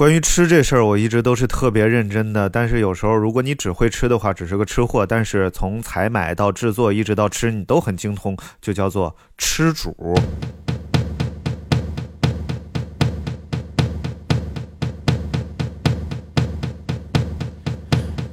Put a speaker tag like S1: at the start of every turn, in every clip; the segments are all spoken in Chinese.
S1: 关于吃这事儿，我一直都是特别认真的。但是有时候，如果你只会吃的话，只是个吃货。但是从采买到制作，一直到吃，你都很精通，就叫做吃主。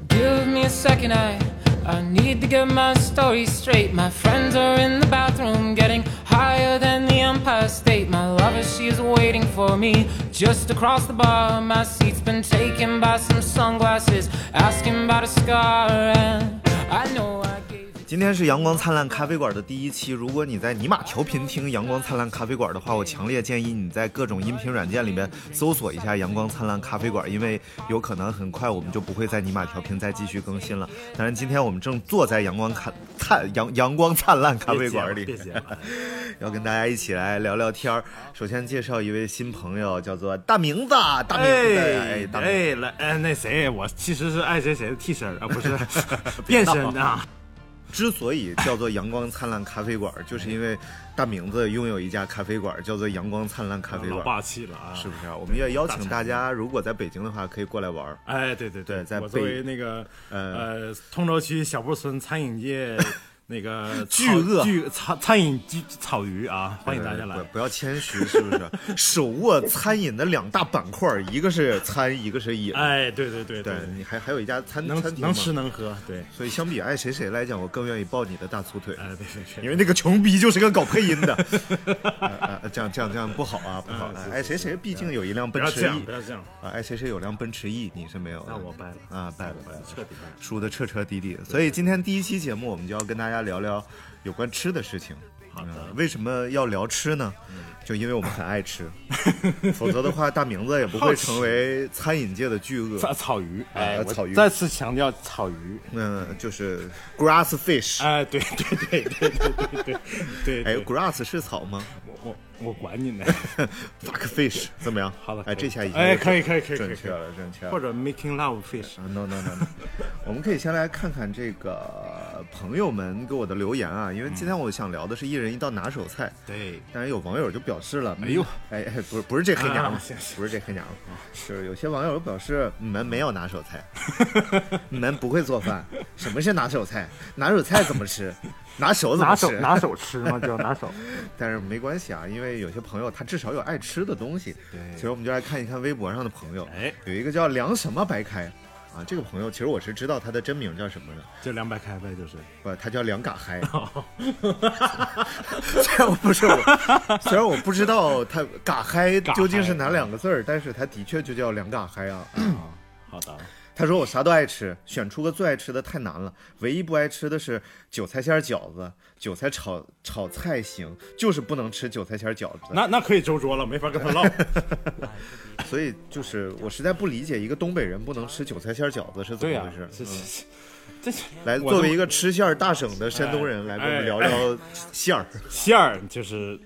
S2: Give me a second, I I need to get my story straight. My friends are in the bathroom, getting higher than the Empire State. My lover, she is waiting for me just across the bar. My seat's been taken by some sunglasses, asking about a scar, and I know I gave.
S1: 今天是阳光灿烂咖啡馆的第一期。如果你在尼玛调频听阳光灿烂咖啡馆的话，我强烈建议你在各种音频软件里面呃搜索一下阳光灿烂咖啡馆，因为有可能很快我们就不会在尼玛调频再继续更新了。当然，今天我们正坐在阳光灿灿阳阳光灿烂咖啡馆里，
S3: 别结了，
S1: 要跟大家一起来聊聊天儿。首先介绍一位新朋友，叫做大明子，大明子，哎，
S3: 哎
S1: 大明子
S3: 哎来哎那谁，我其实是爱谁谁的替身儿啊， 不是变身的啊。
S1: 之所以叫做阳光灿烂咖啡馆，就是因为大明子拥有一家咖啡馆，叫做阳光灿烂咖啡
S3: 老
S1: 馆，
S3: 霸气了啊！
S1: 是不是啊？我们也邀请大家，如果在北京的话，可以过来玩儿。
S3: 哎，对对
S1: 对在
S3: 我作
S1: 北
S3: 为那个
S1: 呃
S3: 呃通州区小步村餐 饮界那个
S1: 巨鳄
S3: 巨餐餐饮巨草鱼啊，欢迎大家来
S1: 呃不。不要谦虚，是 不是？手握餐饮的两大板块儿，一个是餐，一个是饮。
S3: 哎，对对对
S1: 对，你还还有一家餐
S3: 能
S1: 餐厅
S3: 能
S1: 嘛
S3: 吃能喝，对。
S1: 所以相比爱谁谁来讲，我更愿意抱你的大粗腿。
S3: 哎，别别
S1: 因
S3: 别，
S1: 为那个穷逼就是个搞配音的， 呃呃这样这样这样不好啊，不好啊！哎，谁谁毕竟有一辆
S3: 不
S1: 奔
S3: 要
S1: 驰
S3: 这
S1: E，
S3: 样，不要这样，
S1: 啊，哎，谁谁有辆奔驰 E，你是没有的。
S3: 那我败了
S1: 啊，败了败了，
S3: 彻底败了。
S1: 输的彻彻底底。所以今天第一期节目，我们就要跟大家聊聊有关吃的事情。
S3: 好的嗯
S1: 嗯为什么要聊吃呢？就因为我们很爱 吃，否则的话，大名字也不会成为餐饮界的巨鳄。
S3: 草草鱼，
S1: 哎
S3: 哎，
S1: 草鱼
S3: 我再次强调草鱼。
S1: 嗯，就是 grass fish。
S3: 哎，对对对对对对对对，
S1: 哎
S3: 对
S1: ，grass 是草吗
S3: 我我管 你呢，
S1: ？fuck fish 怎么样？
S3: 好的
S1: 哎，这下已经
S3: 哎可以可以可以可以
S1: 准确了，正确了。
S3: 或者 making love fish，
S1: 啊，no no no no，我们可以先来看看这个朋友们给我的留言啊，因为今天我想聊的是一人一道拿手菜，
S3: 对，
S1: 但是有网友就表示了，
S3: 哎呦
S1: 哎，哎，不是不是这黑娘们
S3: 啊行行
S1: 不是这黑娘们就是有些网友表示你们没有拿手菜，你们不会做饭，什么是拿手菜？拿手菜怎么吃？拿手怎么
S3: 拿
S1: 吃
S3: 手？拿手吃嘛，就拿手。
S1: 但是没关系啊，因为有些朋友他至少有爱吃的东西。
S3: 对
S1: 其实我们就来看一看微博上的朋友，
S3: 哎，
S1: 有一个叫梁什么白开啊，这个朋友其实我是知道他的真名叫什么的，
S3: 就两百开呗， 就是。
S1: 不，他叫梁嘎嗨。
S3: 哦
S1: 虽然我不是我，虽然我不知道他嘎嗨
S3: 嘎嗨
S1: 究竟是哪两个字儿，但是他的确就叫梁嘎嗨啊。
S3: 啊，好的，
S1: 他说我啥都爱吃，选出个最爱吃的太难了，唯一不爱吃的是韭菜馅儿饺子，韭菜炒炒菜行，就是不能吃韭菜馅儿饺子。
S3: 那那可以周桌了，没法跟他唠。
S1: 所以就是我实在不理解，一个东北人不能吃韭菜馅儿饺子是怎
S3: 对
S1: 么
S3: 呀
S1: 回事，？
S3: 这
S1: 嗯
S3: 这这这
S1: 来，作
S3: 我都
S1: 为一个吃馅儿大省的山东人，来
S3: 哎
S1: 跟我们
S3: 哎
S1: 聊聊馅儿。
S3: 馅儿就是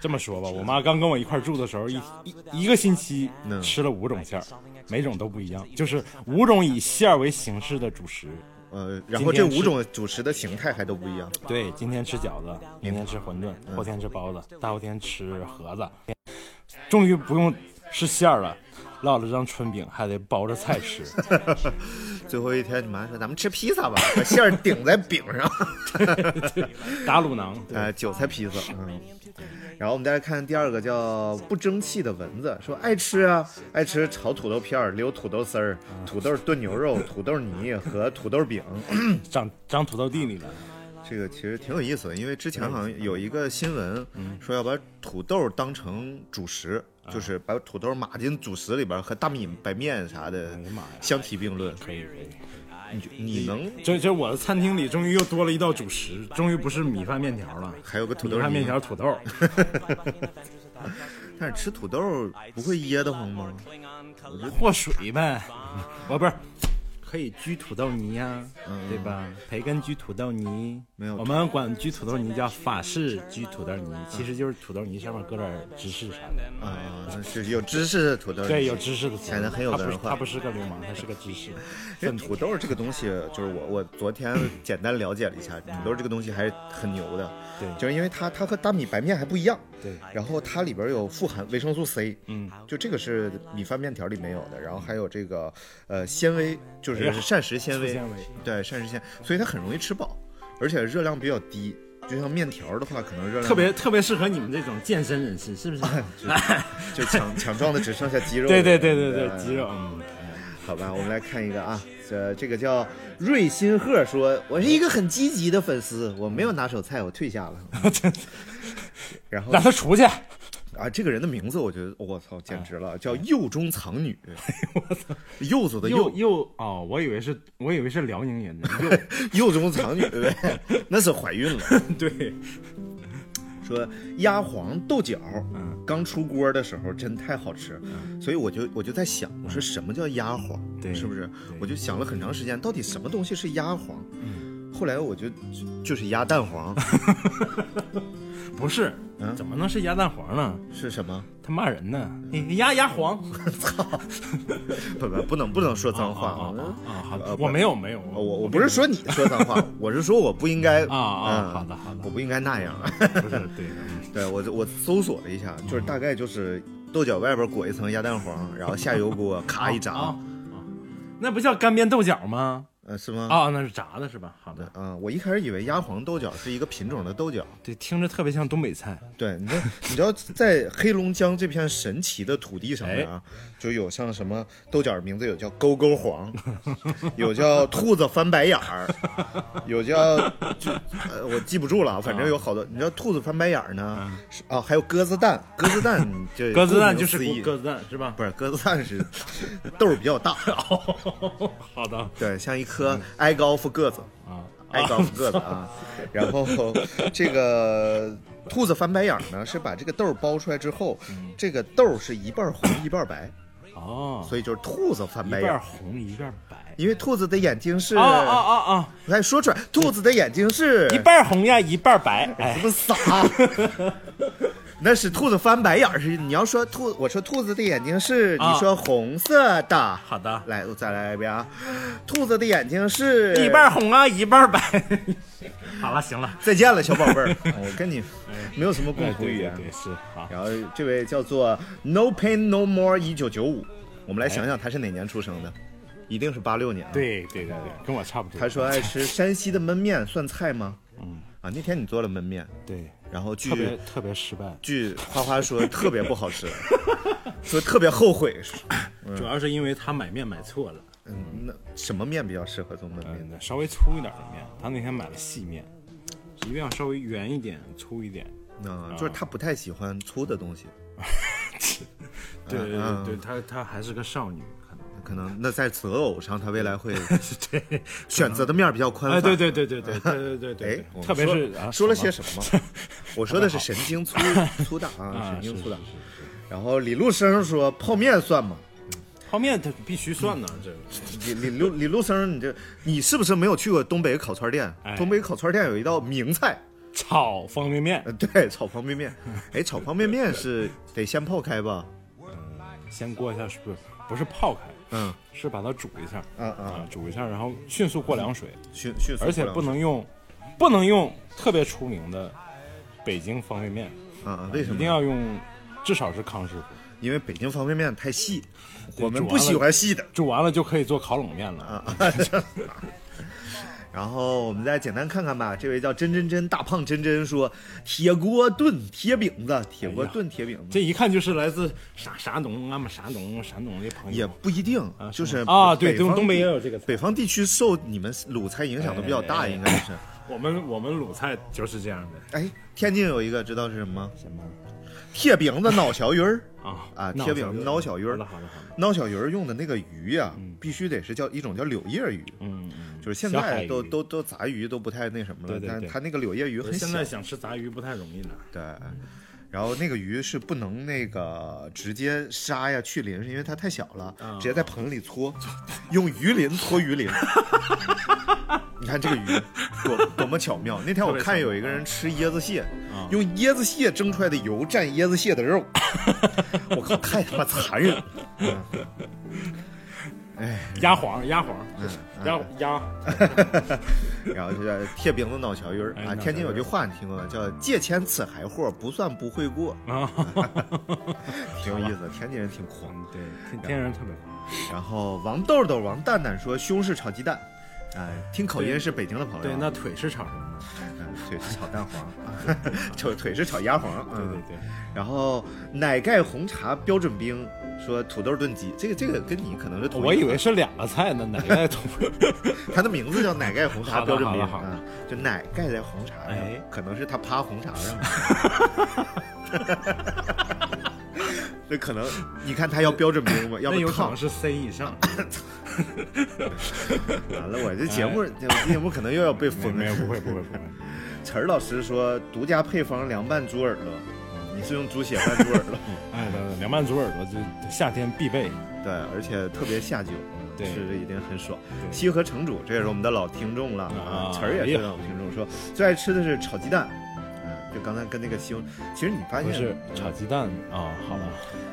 S3: 这么说吧，我妈刚跟我一块儿住的时候，一一一个星期
S1: 嗯
S3: 吃了五种馅儿，每种都不一样，就是五种以馅儿为形式的主食。
S1: 呃，然后这五种主食的形态还都不一样。
S3: 对，今天吃饺子，明天吃馄饨，后天吃包子，大后天吃盒子，终于不用吃馅儿了，烙了张春饼，还得包着菜吃。
S1: 最后一天，你妈说咱们吃披萨吧，把馅儿顶在饼上，
S3: 打卤囊，对
S1: 呃，韭菜披萨。嗯，然后我们再来看第二个叫不争气的蚊子，说爱吃啊，爱吃炒土豆片儿、溜土豆丝儿、土豆炖牛肉、土豆泥和土豆饼。
S3: 长长土豆地里了。
S1: 这个其实挺有意思的，因为之前好像有一个新
S3: 嗯
S1: 闻说要把土豆当成主食，
S3: 啊
S1: 就是把土豆码进主食里边儿，和大米、白面啥的
S3: 哎呀妈呀
S1: 相提并论。
S3: 可以可以，
S1: 你就你能
S3: 这这我的餐厅里终于又多了一道主食，终于不是米饭面条了，
S1: 还有个土
S3: 米
S1: 豆
S3: 饭
S1: 泥
S3: 面条 土豆。
S1: 但是吃土豆不会噎得慌吗？
S3: 和水 呗，我不是可以焗土豆泥呀、对吧？培根焗土豆泥，
S1: 没有
S3: 我们管焗土豆泥叫法式焗土豆泥，其实就是土豆泥上面搁点儿芝士啥的。
S1: 啊，是有知识的土豆，
S3: 哎对，有芝士的词
S1: 显
S3: 儿，
S1: 得很有
S3: 它不
S1: 文
S3: 是
S1: 化
S3: 它不是个流氓，它是个芝 士。
S1: 因为哎土豆这个东西，就是我我昨天简单了解了一下，土豆这个东西还是很牛的，
S3: 对嗯
S1: 就是因为它它和大米白面还不一样，
S3: 对，
S1: 然后它里边有富含维生素 C，
S3: 嗯，
S1: 就这个是米饭面条里没有的，然后还有这个呃纤维，就
S3: 哎
S1: 是
S3: 呀
S1: 膳食纤维，
S3: 粗纤维
S1: 对膳食纤，所以它很容易吃饱，而且热量比较低，就像面条的话，可能热量
S3: 特别特别适合你们这种健身人士，是不 是？
S1: 就 强强壮的只剩下肌肉，
S3: 对对对对对，肌肉，嗯，
S1: 好吧，我们来看一个啊，这这个叫瑞新鹤说，我是一个很积极的粉丝，我没有拿手菜，我退 下了。然后
S3: 让他出去。
S1: 啊，这个人的名字我觉得我操，
S3: 啊
S1: 简直了，叫柚中藏 女。柚子的柚
S3: 又，又哦，我以为是我以为是辽宁人呢。又
S1: 柚中藏女，那是怀孕了。
S3: 对，
S1: 说鸭黄豆角，
S3: 嗯
S1: 刚出锅的时候真太好吃，所以我就我就在想，我说什么叫鸭黄，
S3: 嗯对
S1: 是不是？我就想了很长时间，到底什么东西是鸭黄？
S3: 嗯
S1: 后来我就就就是鸭蛋 黄
S3: 不是，怎么能是鸭蛋黄呢？
S1: 是什么？
S3: 他骂人呢，你你鸭鸭黄。
S1: 不不不能不能说脏话
S3: 啊啊啊！好
S1: 呃
S3: 的，我没有没有，
S1: 我我不是说你说脏话，我是说我不应该
S3: 啊啊
S1: 嗯
S3: 好的好的
S1: 我不应该那样。啊
S3: 不是对，
S1: 对我就我搜索了一下，
S3: 嗯
S1: 就是大概就是豆角外边裹一层鸭蛋黄，然后下油 锅咔一
S3: 啊啊
S1: 炸，，
S3: 那不叫干煸豆角吗？
S1: 呃是吗？
S3: 啊，那是炸的是吧？好的，
S1: 啊、我一开始以为鸭黄豆角是一个品种的豆角。
S3: 对，听着特别像东北菜。
S1: 对，你知道，你知道在黑龙江这片神奇的土地上面啊，
S3: 哎
S1: 就有像什么豆角名字有叫勾勾黄， 有叫兔子翻白眼儿，有叫就呃我记不住了，
S3: 啊
S1: 反正有好多。你知道兔子翻白眼儿呢，是啊，还有鸽子蛋，鸽子蛋这
S3: 嗯 鸽子蛋就是
S1: 顾名思义
S3: 鸽子蛋是吧？
S1: 不是鸽子蛋是豆儿比较大，
S3: 好的
S1: 对，像一颗矮高夫个子。
S3: 嗯啊，
S1: 挨高个子啊。然后这个兔子翻白眼儿呢，是把这个豆儿剥出来之后，
S3: 嗯
S1: 这个豆儿是一半儿红一半儿白，
S3: 哦，
S1: 所以就是兔子翻
S3: 一
S1: 白眼
S3: 半
S1: 儿。
S3: 红一半白。
S1: 因为兔子的眼睛是，
S3: 啊啊啊啊！
S1: 我还说出来，兔子的眼睛是
S3: 一半红呀，一半白。哎
S1: 什，么傻？ 那是兔子翻白眼儿，是你要说兔，我说兔子的眼睛是，
S3: 啊
S1: 你说红色的。
S3: 好的
S1: 来，我再来一遍啊，兔子的眼睛是
S3: 一半红啊，一半白。好了，行了，
S1: 再见了，小宝贝 儿，哎我跟你没有什么共同语言。
S3: 哎对对是好。
S1: 然后这位叫做 No Pain No More 一九九五，我们来想想他是哪年出生的，一定是八六年。，啊
S3: 对对对对，跟我差不多。
S1: 他说爱吃山西的焖面，算菜吗？嗯，啊，那天你做了焖面，
S3: 对，
S1: 然后
S3: 特别
S1: 据
S3: 特别失败，
S1: 据花花说特别不好吃， 说特别后悔。
S3: 主要是因为他买面买错了，
S1: 嗯，那什么面比较适合做焖面呢？
S3: 嗯，稍微粗一点的面。他那天买了细面，一定要稍微圆一点、粗一点。
S1: 啊，就是他不太喜欢粗的东西，
S3: 对对
S1: 嗯
S3: 对对，他他还是个少女，可 能
S1: 可能那在择偶上他未来 会
S3: 是对。
S1: 选择的面比较宽
S3: 哎，
S1: 泛。
S3: 对对对对对对对对
S1: 哎
S3: 对，，
S1: 我们
S3: 特别
S1: 说
S3: 是啊
S1: 说了些什 么吗？我说的是神经粗粗大啊，
S3: 啊，
S1: 神
S3: 是
S1: 经粗
S3: 是
S1: 大
S3: 是。是
S1: 然后李陆生说泡面算吗？
S3: 泡面它必须算呢，这个
S1: 李李陆李陆生，你这你是不是没有去过东北烤串店
S3: 哎？
S1: 东北烤串店有一道名菜，
S3: 炒方便面
S1: 呃对，炒方便 面。哎，炒方便面是得先泡开吧？
S3: 先过一下，是不是不是泡开，
S1: 嗯，
S3: 是把它煮一下，
S1: 嗯嗯
S3: 啊，煮一下，然后迅速过凉水，
S1: 迅迅速，
S3: 而且不，能用，不能用特别出名的北京方便面，
S1: 啊，为什
S3: 一
S1: 么
S3: 定？要用，至少是康师傅，
S1: 因为北京方便面太细，我们
S3: 煮完
S1: 不喜
S3: 了
S1: 欢细的。
S3: 煮完了就可以做烤冷面了。
S1: 然后我们再简单看看吧。这位叫真真真大胖真真说，铁锅炖铁饼子，铁锅炖铁饼子、
S3: 这一看就是来自啥啥东啊嘛，啥东山东的朋
S1: 也
S3: 友，
S1: 不一定，就是
S3: 啊对
S1: 北方
S3: 东东北
S1: 地
S3: 也有这个菜
S1: 北方地区受你们鲁菜影响都比较大，
S3: 哎
S1: 应该是。
S3: 我们我们鲁菜就是这样的，
S1: 哎，天津有一个知道是什么吗？
S3: 什么
S1: 铁饼子脑小鱼儿
S3: 啊
S1: 啊，
S3: 脑
S1: 铁
S3: 小
S1: 饼
S3: 鱼
S1: 子脑小鱼儿
S3: 好的，好的好的，
S1: 脑小鱼儿用的那个鱼呀、必须得是叫一种叫柳叶鱼。
S3: 嗯嗯。
S1: 就是现
S3: 小海
S1: 在
S3: 鱼
S1: 都都都杂鱼都不太那什么了，
S3: 对对
S1: 但
S3: 对
S1: 它那个柳叶鱼很小
S3: 现。在想吃杂鱼不太容易了。
S1: 对，
S3: 嗯
S1: 然后那个鱼是不能那个直接杀呀去鳞，是因为它
S3: 啊
S1: 太小了，直接在盆里搓，用鱼鳞搓鱼鳞。 你看这个鱼多多么巧妙！那天我看有一个人吃椰子蟹，
S3: 啊
S1: 用椰子蟹蒸出来的油蘸椰子蟹的肉，我靠，太他妈残忍！了！
S3: 鸭黄，鸭黄，鸭鸭，
S1: 然后就叫铁饼子脑桥鱼儿
S3: 哎
S1: 啊。
S3: 脑
S1: 天津
S3: 桥
S1: 有
S3: 鱼
S1: 句话你听过吗？叫“借钱吃海货，不算不会过”，
S3: 啊
S1: 挺有意思的。天津人挺狂。
S3: 嗯， 对，天天然特别好。
S1: 然后王豆豆、王蛋蛋说西红柿炒鸡蛋，哎，听口音是北京的朋友啊。
S3: 对，那腿是炒什么呢？
S1: 嗯腿是炒蛋黄， 炒腿是炒鸭黄。
S3: 对
S1: 嗯
S3: 对对，
S1: 然后奶盖红茶标准冰说土豆炖鸡，这个这个跟你可能是同一
S3: 我以
S1: 个
S3: 为是两个菜呢，哪个同？
S1: 它的名字叫奶盖红茶
S3: 好的
S1: 标准冰
S3: 好的好的
S1: 啊，就奶盖在红茶上
S3: 哎，
S1: 可能是他趴红茶上了。 这可能，你看他要标准冰吗？要
S3: 那
S1: 不
S3: 有可
S1: 烫
S3: 能是 C 以上，
S1: 完了，我这节目，我节目可能又要被封
S3: 哎没
S1: 了
S3: 有，。不会不会不会。
S1: 词儿老师说，独家配方凉拌猪耳朵，
S3: 嗯
S1: 你是用猪血拌猪耳 朵，
S3: 哎，等等，凉拌猪耳朵就夏天必备。
S1: 对，而且特别下酒，
S3: 对
S1: 吃着一定很爽。
S3: 对
S1: 西河城主，这也是我们的老听众了啊，
S3: 啊哎
S1: 词儿也是老听众，说最爱吃的是炒鸡蛋。嗯，就刚才跟那个西红，其实你发
S3: 不
S1: 现嗯
S3: 是炒鸡蛋啊，好吧，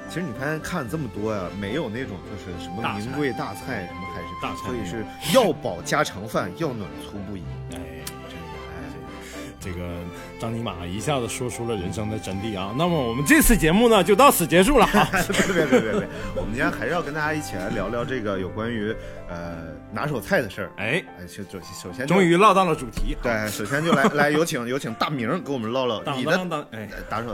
S1: 其实你发现看这么多呀、没有那种就是什么
S3: 大菜
S1: 名贵大菜什么海参，
S3: 大菜
S1: 所以
S3: 没有
S1: 是要饱家常饭，要暖粗 布衣。
S3: 哎，这个这个张尼玛一下子说出了人生的真谛啊。那么我们这次节目呢，就到此结束了啊。
S1: 别别别别别，我们今天还是要跟大家一起来聊聊这个有关于呃拿手菜的事儿。
S3: 哎，
S1: 哎，就首首先就
S3: 终于唠到了主题。
S1: 对，首先就来来有请有请大明儿给我们唠唠
S3: 当
S1: 你
S3: 当
S1: 的
S3: 当，哎，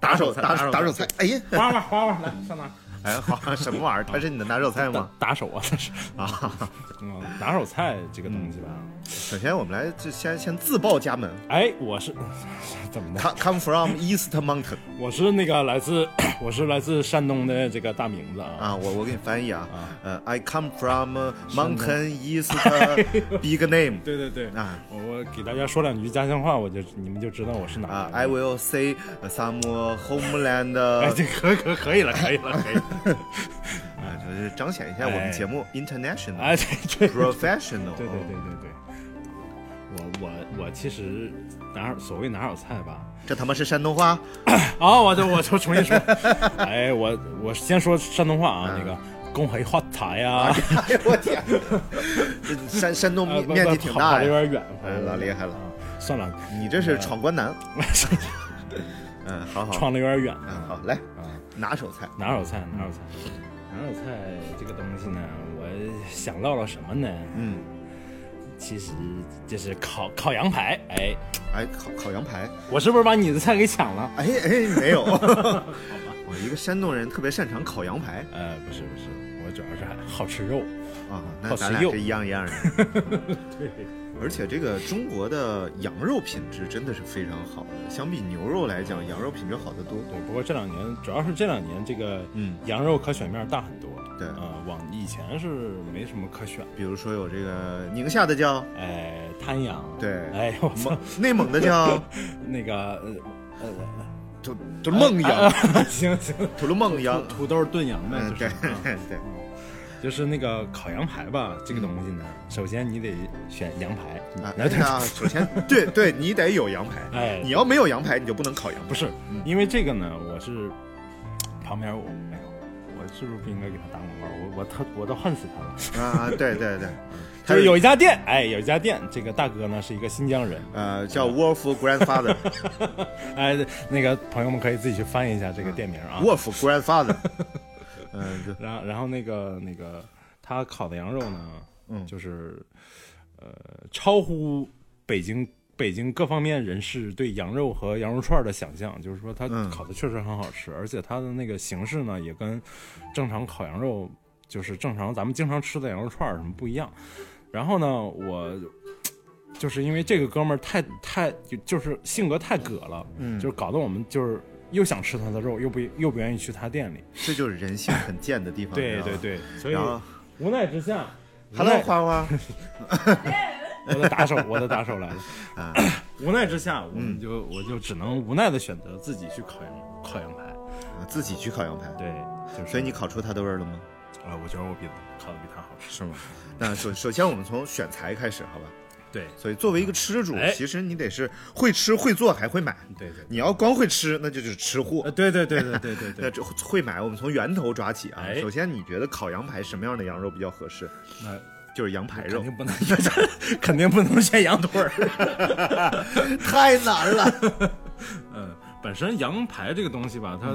S1: 打手打手
S3: 啊打手
S1: 打
S3: 手
S1: 打手菜，，哎呀
S3: 花花花花，来上哪？
S1: 哎好什么玩意儿？它是你的拿手菜
S3: 打
S1: 吗？
S3: 打手啊，这是
S1: 啊，
S3: 嗯，拿手菜这个东西吧。
S1: 首先我们来就先先自报家门
S3: 哎，我是 怎么的？
S1: ，come come from East Mountain
S3: 我是那个来自 我是来自山东的这个大名字啊。
S1: 啊，我我给你翻译啊
S3: 啊，
S1: 呃，I come from Mountain East Big Name
S3: 对对对，
S1: 啊
S3: 我我给大家说两句家乡话，我就你们就知道我是哪
S1: 啊
S3: 儿的
S1: ，I will say some homeland
S3: 哎，这可可可以了，可以了，可以 了。
S1: 啊，就是彰显一下我们
S3: 哎
S1: 节目 international
S3: 哎，对对
S1: professional，哦
S3: 对对对对对，我我我其实拿手所谓拿手菜 吧，
S1: 这他妈是山东话
S3: 啊、
S1: 哦
S3: 我就我就重新说， 哎，我我先说山东话啊，
S1: 嗯
S3: 那个恭喜发财啊呀，
S1: 哎呦我天， 这山山东
S3: 呃
S1: 面
S3: 不
S1: 面积
S3: 不
S1: 挺
S3: 跑跑
S1: 大
S3: 得有
S1: 呀，
S3: 点远，跑
S1: 哎，
S3: 得有点
S1: 老
S3: 远
S1: 厉害了，
S3: 啊，算了，
S1: 你这是闯关 南，嗯，好好，
S3: 撞的有点远
S1: 嗯，
S3: 啊
S1: 好，来
S3: 啊。
S1: 拿手菜，
S3: 拿手菜，拿手菜，拿手菜这个东西呢，我想唠唠什么呢？
S1: 嗯，
S3: 其实就是烤烤羊排。哎，
S1: 哎，烤烤羊排，
S3: 我是不是把你的菜给抢了？
S1: 哎哎，没有， 我一个山东人特别擅长烤羊排
S3: 呃，不是不是，我主要是好吃肉。
S1: 啊，那
S3: 好
S1: 咱
S3: 实
S1: 俩
S3: 用
S1: 是一样一 样的，
S3: 对，
S1: 而且这个中国的羊肉品质真的是非常好的，相比牛肉来讲，羊肉品质好得多，
S3: 对，不过这两年主要是这两年这个
S1: 嗯
S3: 羊肉可选面大很多。
S1: 对
S3: 啊、往以前是没什么可选的。
S1: 比如说有这个宁夏的 叫。
S3: 哎，滩羊。
S1: 对
S3: 哎，我操
S1: 蒙，内蒙的 叫
S3: 那个呃呃
S1: 土土梦
S3: 啊
S1: 羊，
S3: 啊 行行，
S1: 土梦羊
S3: 土，土豆炖羊呗，
S1: 嗯
S3: 就是
S1: 对
S3: 啊
S1: 对，
S3: 就是那个烤羊排吧，这个东西呢，
S1: 嗯
S3: 首先你得选羊排，
S1: 啊，
S3: 来
S1: 对啊，首先对对，你得有羊排，
S3: 哎
S1: 你要没嗯有羊排，你就不能烤羊排
S3: 不。是
S1: 嗯
S3: 因为这个呢，我是旁边我哎呦，我是不是不应该给他打广告？我我他我都恨死他了。
S1: 啊啊，对对对，
S3: 就
S1: 还
S3: 是有一家店，哎，有一家店，这个大哥呢是一个新疆人，
S1: 呃叫 Wolf Grandfather，
S3: 哎，那个朋友们可以自己去翻译一下这个店名啊。
S1: Wolf Grandfather，嗯，就
S3: 然后然后那个那个他烤的羊肉呢，
S1: 嗯
S3: 就是呃超乎北京北京各方面人士对羊肉和羊肉串儿的想象，就是说它
S1: 嗯
S3: 烤的确实很好吃，而且它的那个形式呢也跟正常烤羊肉就是正常咱们经常吃的羊肉串儿什么不一样。然后呢，我就是因为这个哥们儿太太就就是性格太葛了，
S1: 嗯
S3: 就是搞得我们就是又想吃他的肉，又不又不愿意去他店里。
S1: 这就是人性很贱的地方。你
S3: 对
S1: 知道
S3: 对
S1: 吗。
S3: 对，所以
S1: 啊然后
S3: 无奈之下无
S1: ，Hello
S3: 奈
S1: 花花，
S3: 我的打手，我的打手来了
S1: 啊。嗯
S3: 无奈之下，我们就我就只能无奈的选择自己去烤羊烤羊排。
S1: 自己去烤羊排，
S3: 对，就是
S1: 所以你烤出它的味儿了吗？
S3: 啊，我觉得我比烤的比他好吃。
S1: 是吗？那首首先我们从选材开始，好吧？
S3: 对
S1: 所以作为一个吃主，
S3: 哎
S1: 其实你得是会吃、会做还会买。
S3: 对对，
S1: 你要光会吃，那就是吃货
S3: 呃，。对对对对对对
S1: 那
S3: 对，
S1: 这会买，我们从源头抓起啊。
S3: 哎
S1: 首先，你觉得烤羊排什么样的羊肉比较合适？
S3: 那
S1: 就是羊排
S3: 肯
S1: 肉，
S3: 定不能， 肯定不能选羊腿儿。
S1: 太难了。
S3: 嗯，本身羊排这个东西吧，它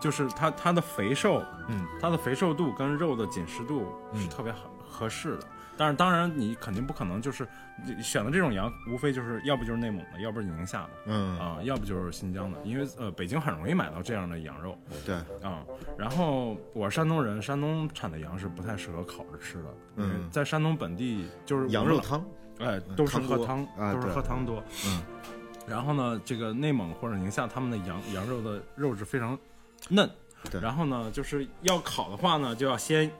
S3: 就是它它的肥瘦，
S1: 嗯，
S3: 它的肥瘦度跟肉的紧实度是特别合合适的。但是当然，你肯定不可能就是你选的这种羊，无非就是要不就是内蒙的，要不是宁夏的
S1: 嗯，
S3: 啊、要不就是新疆的，因为呃北京很容易买到这样的羊肉
S1: 嗯对，
S3: 啊、然后我是山东人，山东产的羊是不太适合烤着吃的，因为
S1: 嗯
S3: 在山东本地就是
S1: 羊
S3: 我
S1: 肉
S3: 们
S1: 汤，
S3: 哎，都是
S1: 汤
S3: 喝
S1: 呃多
S3: 汤，
S1: 啊
S3: 都是
S1: 对
S3: 喝汤多。
S1: 嗯。
S3: 然后呢，这个内蒙或者宁夏他们的羊羊肉的肉质非常嫩，
S1: 对
S3: 然后呢，就是要烤的话呢，就要先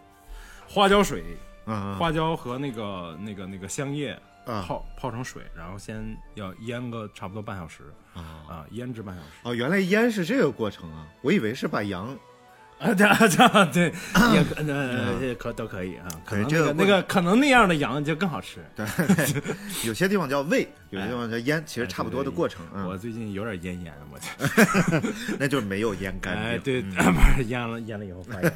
S3: 花椒水、
S1: 嗯
S3: 花椒和那个那个那个香叶
S1: 啊
S3: 泡泡成水，然后先要腌个差不多半小时
S1: 啊
S3: 啊，腌制半小时。
S1: 哦，原来腌是这个过程啊，我以为是把羊
S3: 啊，对啊，对， 也可呃也可都可以啊，可
S1: 嗯对
S3: 能
S1: 这
S3: 那
S1: 个
S3: 个
S1: 过
S3: 那个可能那样的羊就更好吃。
S1: 有些地方叫煨，有些地
S3: 哎
S1: 方叫腌，其实差不多的过程。
S3: 我
S1: 嗯，
S3: 最近有点咽炎，我去。
S1: 那就是没有腌干净。
S3: 哎，对，
S1: 嗯
S3: 不是腌了腌了以后发 炎。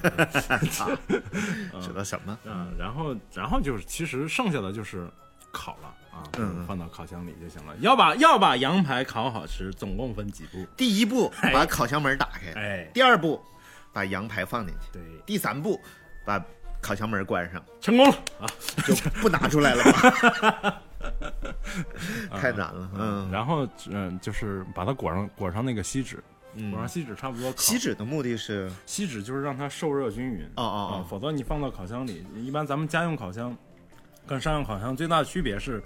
S1: 指的什么？
S3: 嗯，然后然后就是其实剩下的就是烤了啊，
S1: 嗯嗯
S3: 放到烤箱里就行了。要把要把羊排烤好吃，总共分几步？
S1: 第一步
S3: 哎
S1: 把烤箱门打开，
S3: 哎，
S1: 第二步把羊排放进去，
S3: 对，
S1: 第三步把烤箱门关 上，
S3: 成功了啊！
S1: 就不拿出来了吧？ 太难了，嗯
S3: 然后嗯，就是把它裹上裹上那个锡纸，裹上
S1: 嗯。
S3: 锡纸差不多烤。
S1: 锡纸的目的是，
S3: 锡纸就是让它受热均匀
S1: 哦哦
S3: 啊
S1: 哦，
S3: 否则你放到烤箱里，一般咱们家用烤箱跟商用烤箱最大的区别是，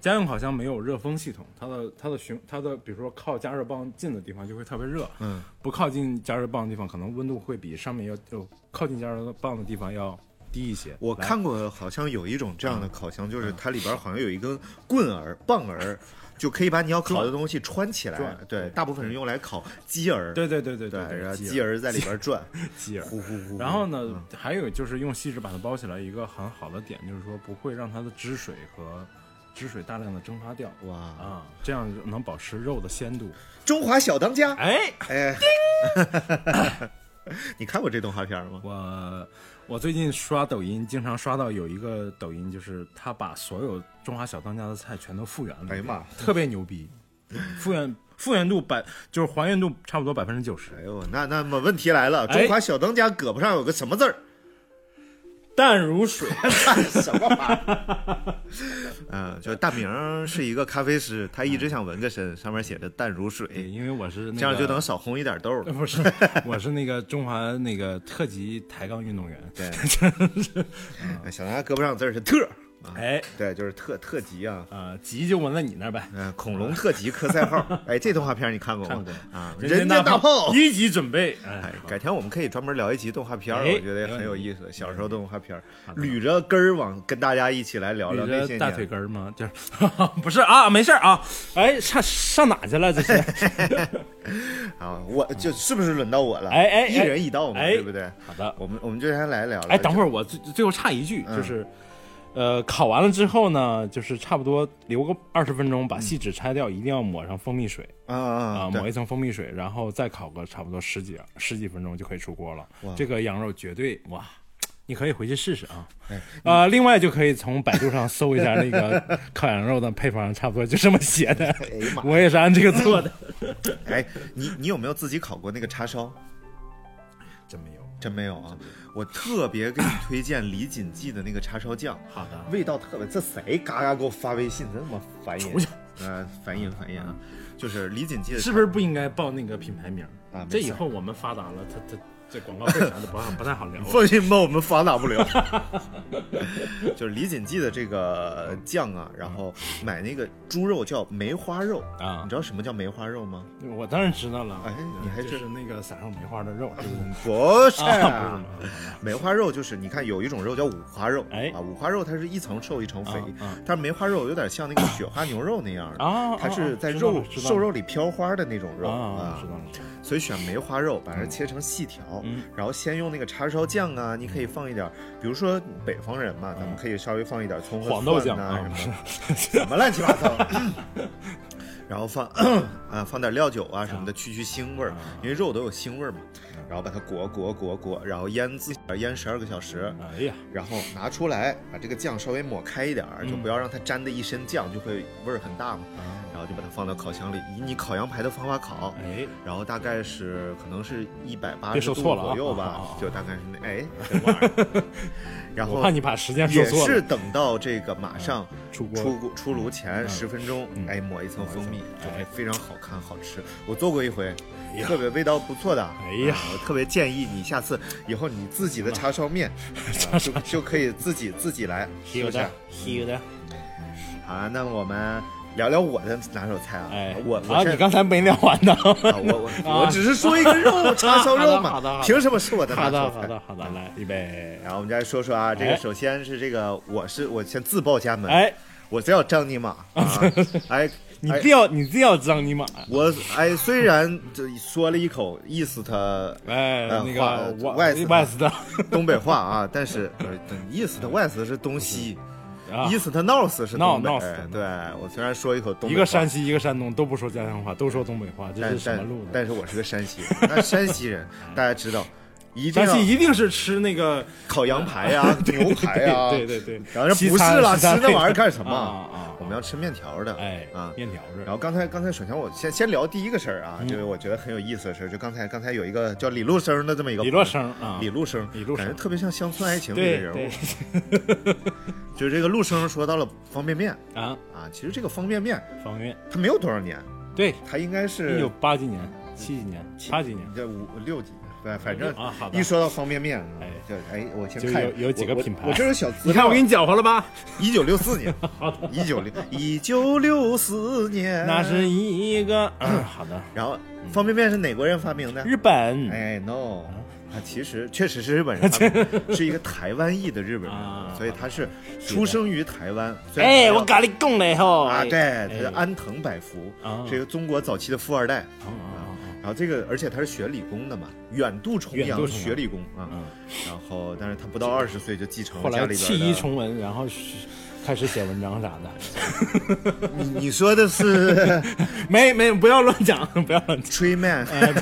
S3: 家用烤箱没有热风系统，它的它的循它的比如说靠加热棒近的地方就会特别热，
S1: 嗯，
S3: 不靠近加热棒的地方可能温度会比上面要就靠近加热棒的地方要低一些。
S1: 我
S3: 来
S1: 看过，好像有一种这
S3: 嗯
S1: 样的烤箱，就是它里边好像有一根棍儿、棒 儿，就可以把你要烤的东西穿起来
S3: 转。
S1: 对，大部分是用来烤鸡儿，
S3: 对对对对
S1: 对，然后嗯
S3: 鸡
S1: 鸡儿在里边转，
S3: 鸡耳。
S1: 呼呼呼。
S3: 然后呢，还有就是用锡纸把它包起来，一个很好的点就是说不会让它的汁水和汁水大量的蒸发掉。
S1: 哇，
S3: 啊，这样能保持肉的鲜度。
S1: 中华小当家，
S3: 哎，
S1: 哎，你看过这动画片吗？
S3: 我我最近刷抖音，经常刷到有一个抖音，就是他把所有中华小当家的菜全都复原了，
S1: 哎呀妈，
S3: 特别牛逼，复原复原度百就是还原度差不多百分之九十
S1: 哎。呦，那那么问题来了，
S3: 哎
S1: 中华小当家胳膊上有个什么 字儿？
S3: 淡如 水，
S1: 什么玩意儿？ 嗯，就是大明儿是一个咖啡师，他一直想纹个身，上面写着“淡如水”，
S3: 哎因为我是、嗯那个、嗯
S1: 这样就 能少烘一点豆了。
S3: 不是，我是那个中华那个特级抬杠运动员。
S1: 对，哎小当家胳膊上有字儿是特，啊
S3: 哎，
S1: 对，就是特特级啊。
S3: 啊，急就纹在你那儿呗。
S1: 嗯，恐龙特级科赛 号，哎，这动画片你看过吗？
S3: 看过
S1: 啊，人家大炮
S3: 炮。一级准备，哎
S1: 哎，，改天我们可以专门聊一集动画片儿，
S3: 哎
S1: 我觉得也很有意思。小时候动画片儿，
S3: 好的
S1: 捋着根儿往跟大家一起来聊聊
S3: 捋
S1: 那些
S3: 着
S1: 年
S3: 大腿根儿吗？ 就是不是啊，没事儿啊。哎，上上哪去了？这 是
S1: 啊，我就是不是轮到我了？
S3: 嗯哎哎
S1: 一人一道嘛，
S3: 哎
S1: 对不对？
S3: 好的。
S1: 我们我们就先来聊聊。
S3: 哎，等会儿我最最后插一句，
S1: 嗯
S3: 就是，呃，烤完了之后呢，就是差不多留个二十分钟，把锡纸拆掉，一定要抹上蜂蜜水
S1: 啊啊
S3: 啊，
S1: 嗯啊！
S3: 抹
S1: 对
S3: 一层蜂蜜水，然后再烤个差不多十几十几分钟就可以出锅了
S1: 哇。
S3: 这个羊肉绝对哇！你可以回去试试啊，
S1: 哎
S3: 啊，另外就可以从百度上搜一下那个 烤羊肉的配方，差不多就这么写的。
S1: 哎呀妈！
S3: 我也是按这个做的，
S1: 哎，你你有没有自己烤过那个叉烧？
S3: 真没有。
S1: 真没有啊！我特别给你推荐李锦记的那个叉烧酱，
S3: 好的，
S1: 味道特别。这谁嘎嘎给我发微信？这么烦人！
S3: 出去！
S1: 呃，烦人烦人啊！就是李锦记的，
S3: 是不是不应该报那个品牌名儿
S1: 啊没
S3: 这
S1: 事
S3: 以后我们发达了，他他这广告费啥的不好不太好聊了。
S1: 放心吧，我们发达不 了。就是李锦记的这个酱啊，然后买那个猪肉叫梅花肉
S3: 啊
S1: 你知道什么叫梅花肉吗？
S3: 我当然知道了，
S1: 哎你还
S3: 就
S1: 真
S3: 是那个撒上梅花的肉，对不对？
S1: 不是，
S3: 啊不是
S1: 梅花肉就是你看有一种肉叫五花肉，
S3: 哎
S1: 啊，五花肉它是一层瘦一层肥，
S3: 啊啊
S1: 但是梅花肉有点像那个雪花牛肉那样的，
S3: 啊啊
S1: 它是在
S3: 知道
S1: 肉
S3: 了知道了
S1: 瘦肉里飘花的那种肉
S3: 啊，
S1: 啊
S3: 知。道了，知道了
S1: 所以选梅花肉，把它切成细条，
S3: 嗯
S1: 然后先用那个叉烧酱啊，你可以放一点儿，比如说北方人嘛，咱们可以稍微放一点葱和
S3: 啊黄豆
S1: 蒜
S3: 酱
S1: 呐
S3: 啊，
S1: 什么的，什么乱七八糟。 然后放 啊放点料酒啊什么的去去腥
S3: 啊
S1: 味儿，因为肉都有腥味儿嘛。然后把它裹裹裹裹，然后腌制腌十二个小时，
S3: 哎呀，
S1: 然后拿出来，把这个酱稍微抹开一点
S3: 嗯
S1: 儿，就不要让它沾的一身酱，就会味儿很大嘛。
S3: 啊
S1: 然后就把它放到烤箱里，以你烤羊排的方法烤。
S3: 哎，
S1: 然后大概是可能是一百八
S3: 别
S1: 十
S3: 说
S1: 度
S3: 错了啊
S1: 左右
S3: 啊啊
S1: 吧
S3: 啊，
S1: 就大概是那 哎这玩意儿。然后
S3: 我怕你把时间 说
S1: 也
S3: 错
S1: 是
S3: 了。嗯
S1: 等到这个马上
S3: 出锅
S1: 出锅出炉前
S3: 嗯
S1: 十分钟，
S3: 嗯
S1: 哎，抹一层蜂蜜，就会
S3: 哎
S1: 非常好看好吃。我做过一回
S3: 呀，
S1: 特别味道不错的。
S3: 哎呀
S1: 啊我特别建议你下次以后你自己的叉烧 面，啊就就可以自己自己来，是不是？
S3: 有的。
S1: 好啊，那我们聊聊我的拿手菜啊。
S3: 哎，
S1: 我
S3: 啊，
S1: 我
S3: 你
S1: 现
S3: 刚才没聊完呢。
S1: 啊，我我
S3: 啊
S1: 我只是说一个肉叉烧肉
S3: 好的
S1: 嘛，
S3: 好的好的
S1: 凭什么是我的拿
S3: 好的，
S1: 手
S3: 好
S1: 菜？
S3: 的，好的，来，预备。
S1: 然后我们再说说啊，这个
S3: 哎
S1: 首先是这个，我是我先自报家门，
S3: 哎，
S1: 我叫张尼玛啊，哎，
S3: 你
S1: 哎
S3: 这要你这要张尼玛，
S1: 我哎，虽然这说了一口意思他
S3: 哎，
S1: 呃
S3: 那
S1: 话
S3: 个我
S1: 外斯
S3: 外斯的
S1: 东北话啊， 但是呃意思他外思是东西，
S3: 啊
S1: 意，思他 north 是
S3: 闹
S1: 东北哎
S3: 闹死。
S1: 对我虽然说一口东
S3: 一
S1: 北
S3: 个
S1: 话
S3: 山，西，一个山东，都不说家乡话，都说东北话，这
S1: 但
S3: 是什么
S1: 但
S3: 路子？
S1: 但是我是个山西人， 那山西人大家知道，一定
S3: 山
S1: 要
S3: 西一定是吃那个
S1: 烤羊排呀、牛排哎啊呀，
S3: 对对对，
S1: 然后说
S3: 西
S1: 不是
S3: 餐
S1: 啦，
S3: 西
S1: 吃
S3: 餐
S1: 那玩意儿 干什
S3: 啊啊
S1: 么？
S3: 啊啊！
S1: 我们要吃面条的，
S3: 哎
S1: 啊。
S3: 面条是
S1: 然后刚才刚才首先我先先聊第一个事儿啊，
S3: 嗯
S1: 就是我觉得很有意思的事儿，就刚才刚才有一个叫李路生的这么一个
S3: 李
S1: 朋友
S3: 洛生啊，
S1: 李路生，
S3: 李路
S1: 感
S3: 生
S1: 觉特别像乡村爱情里的
S3: 对
S1: 人
S3: 对
S1: 物。 就是这个陆生说到了方便面
S3: 啊，
S1: 啊，其实这个方便面
S3: 方便
S1: 它没有多少年，
S3: 对，
S1: 它应该
S3: 一
S1: 是
S3: 九八几年、七几年、八几年，
S1: 这五六几，反反正
S3: 啊好的
S1: 一说到方便面，
S3: 哎
S1: 就哎，我先
S3: 就
S1: 看
S3: 有有几个
S1: 我我
S3: 品牌
S1: 我这有小资料，
S3: 你看我给你搅和了吧？
S1: 一九六四 年，一九六一九六四年，
S3: 那是一个，
S1: 哎
S3: 嗯， 好的，
S1: 然后方便面是哪国人发明的？
S3: 日本啊
S1: 哎，no，他其实确实是日本人 发明的，是一个台湾裔的日本人
S3: 啊，
S1: 所以他是出生于台湾。虽然他
S3: 哎，
S1: 叫
S3: 我咖喱贡了以后
S1: 啊，对，他
S3: 哎
S1: 叫安藤百福
S3: 啊，
S1: 是一个中国早期的富二代。
S3: 啊啊啊
S1: 然后这个，而且他是学理工的嘛，远渡重
S3: 远
S1: 洋
S3: 渡重洋
S1: 学理工啊。
S3: 嗯
S1: 然后，但是他不到二十岁就继承
S3: 后
S1: 了
S3: 来
S1: 家里
S3: 弃医
S1: 边的。
S3: 从文，然后是开始写文章啥的，
S1: 你你说的是
S3: 没没，不要乱讲， 不要乱讲。
S1: Tree Man，啊，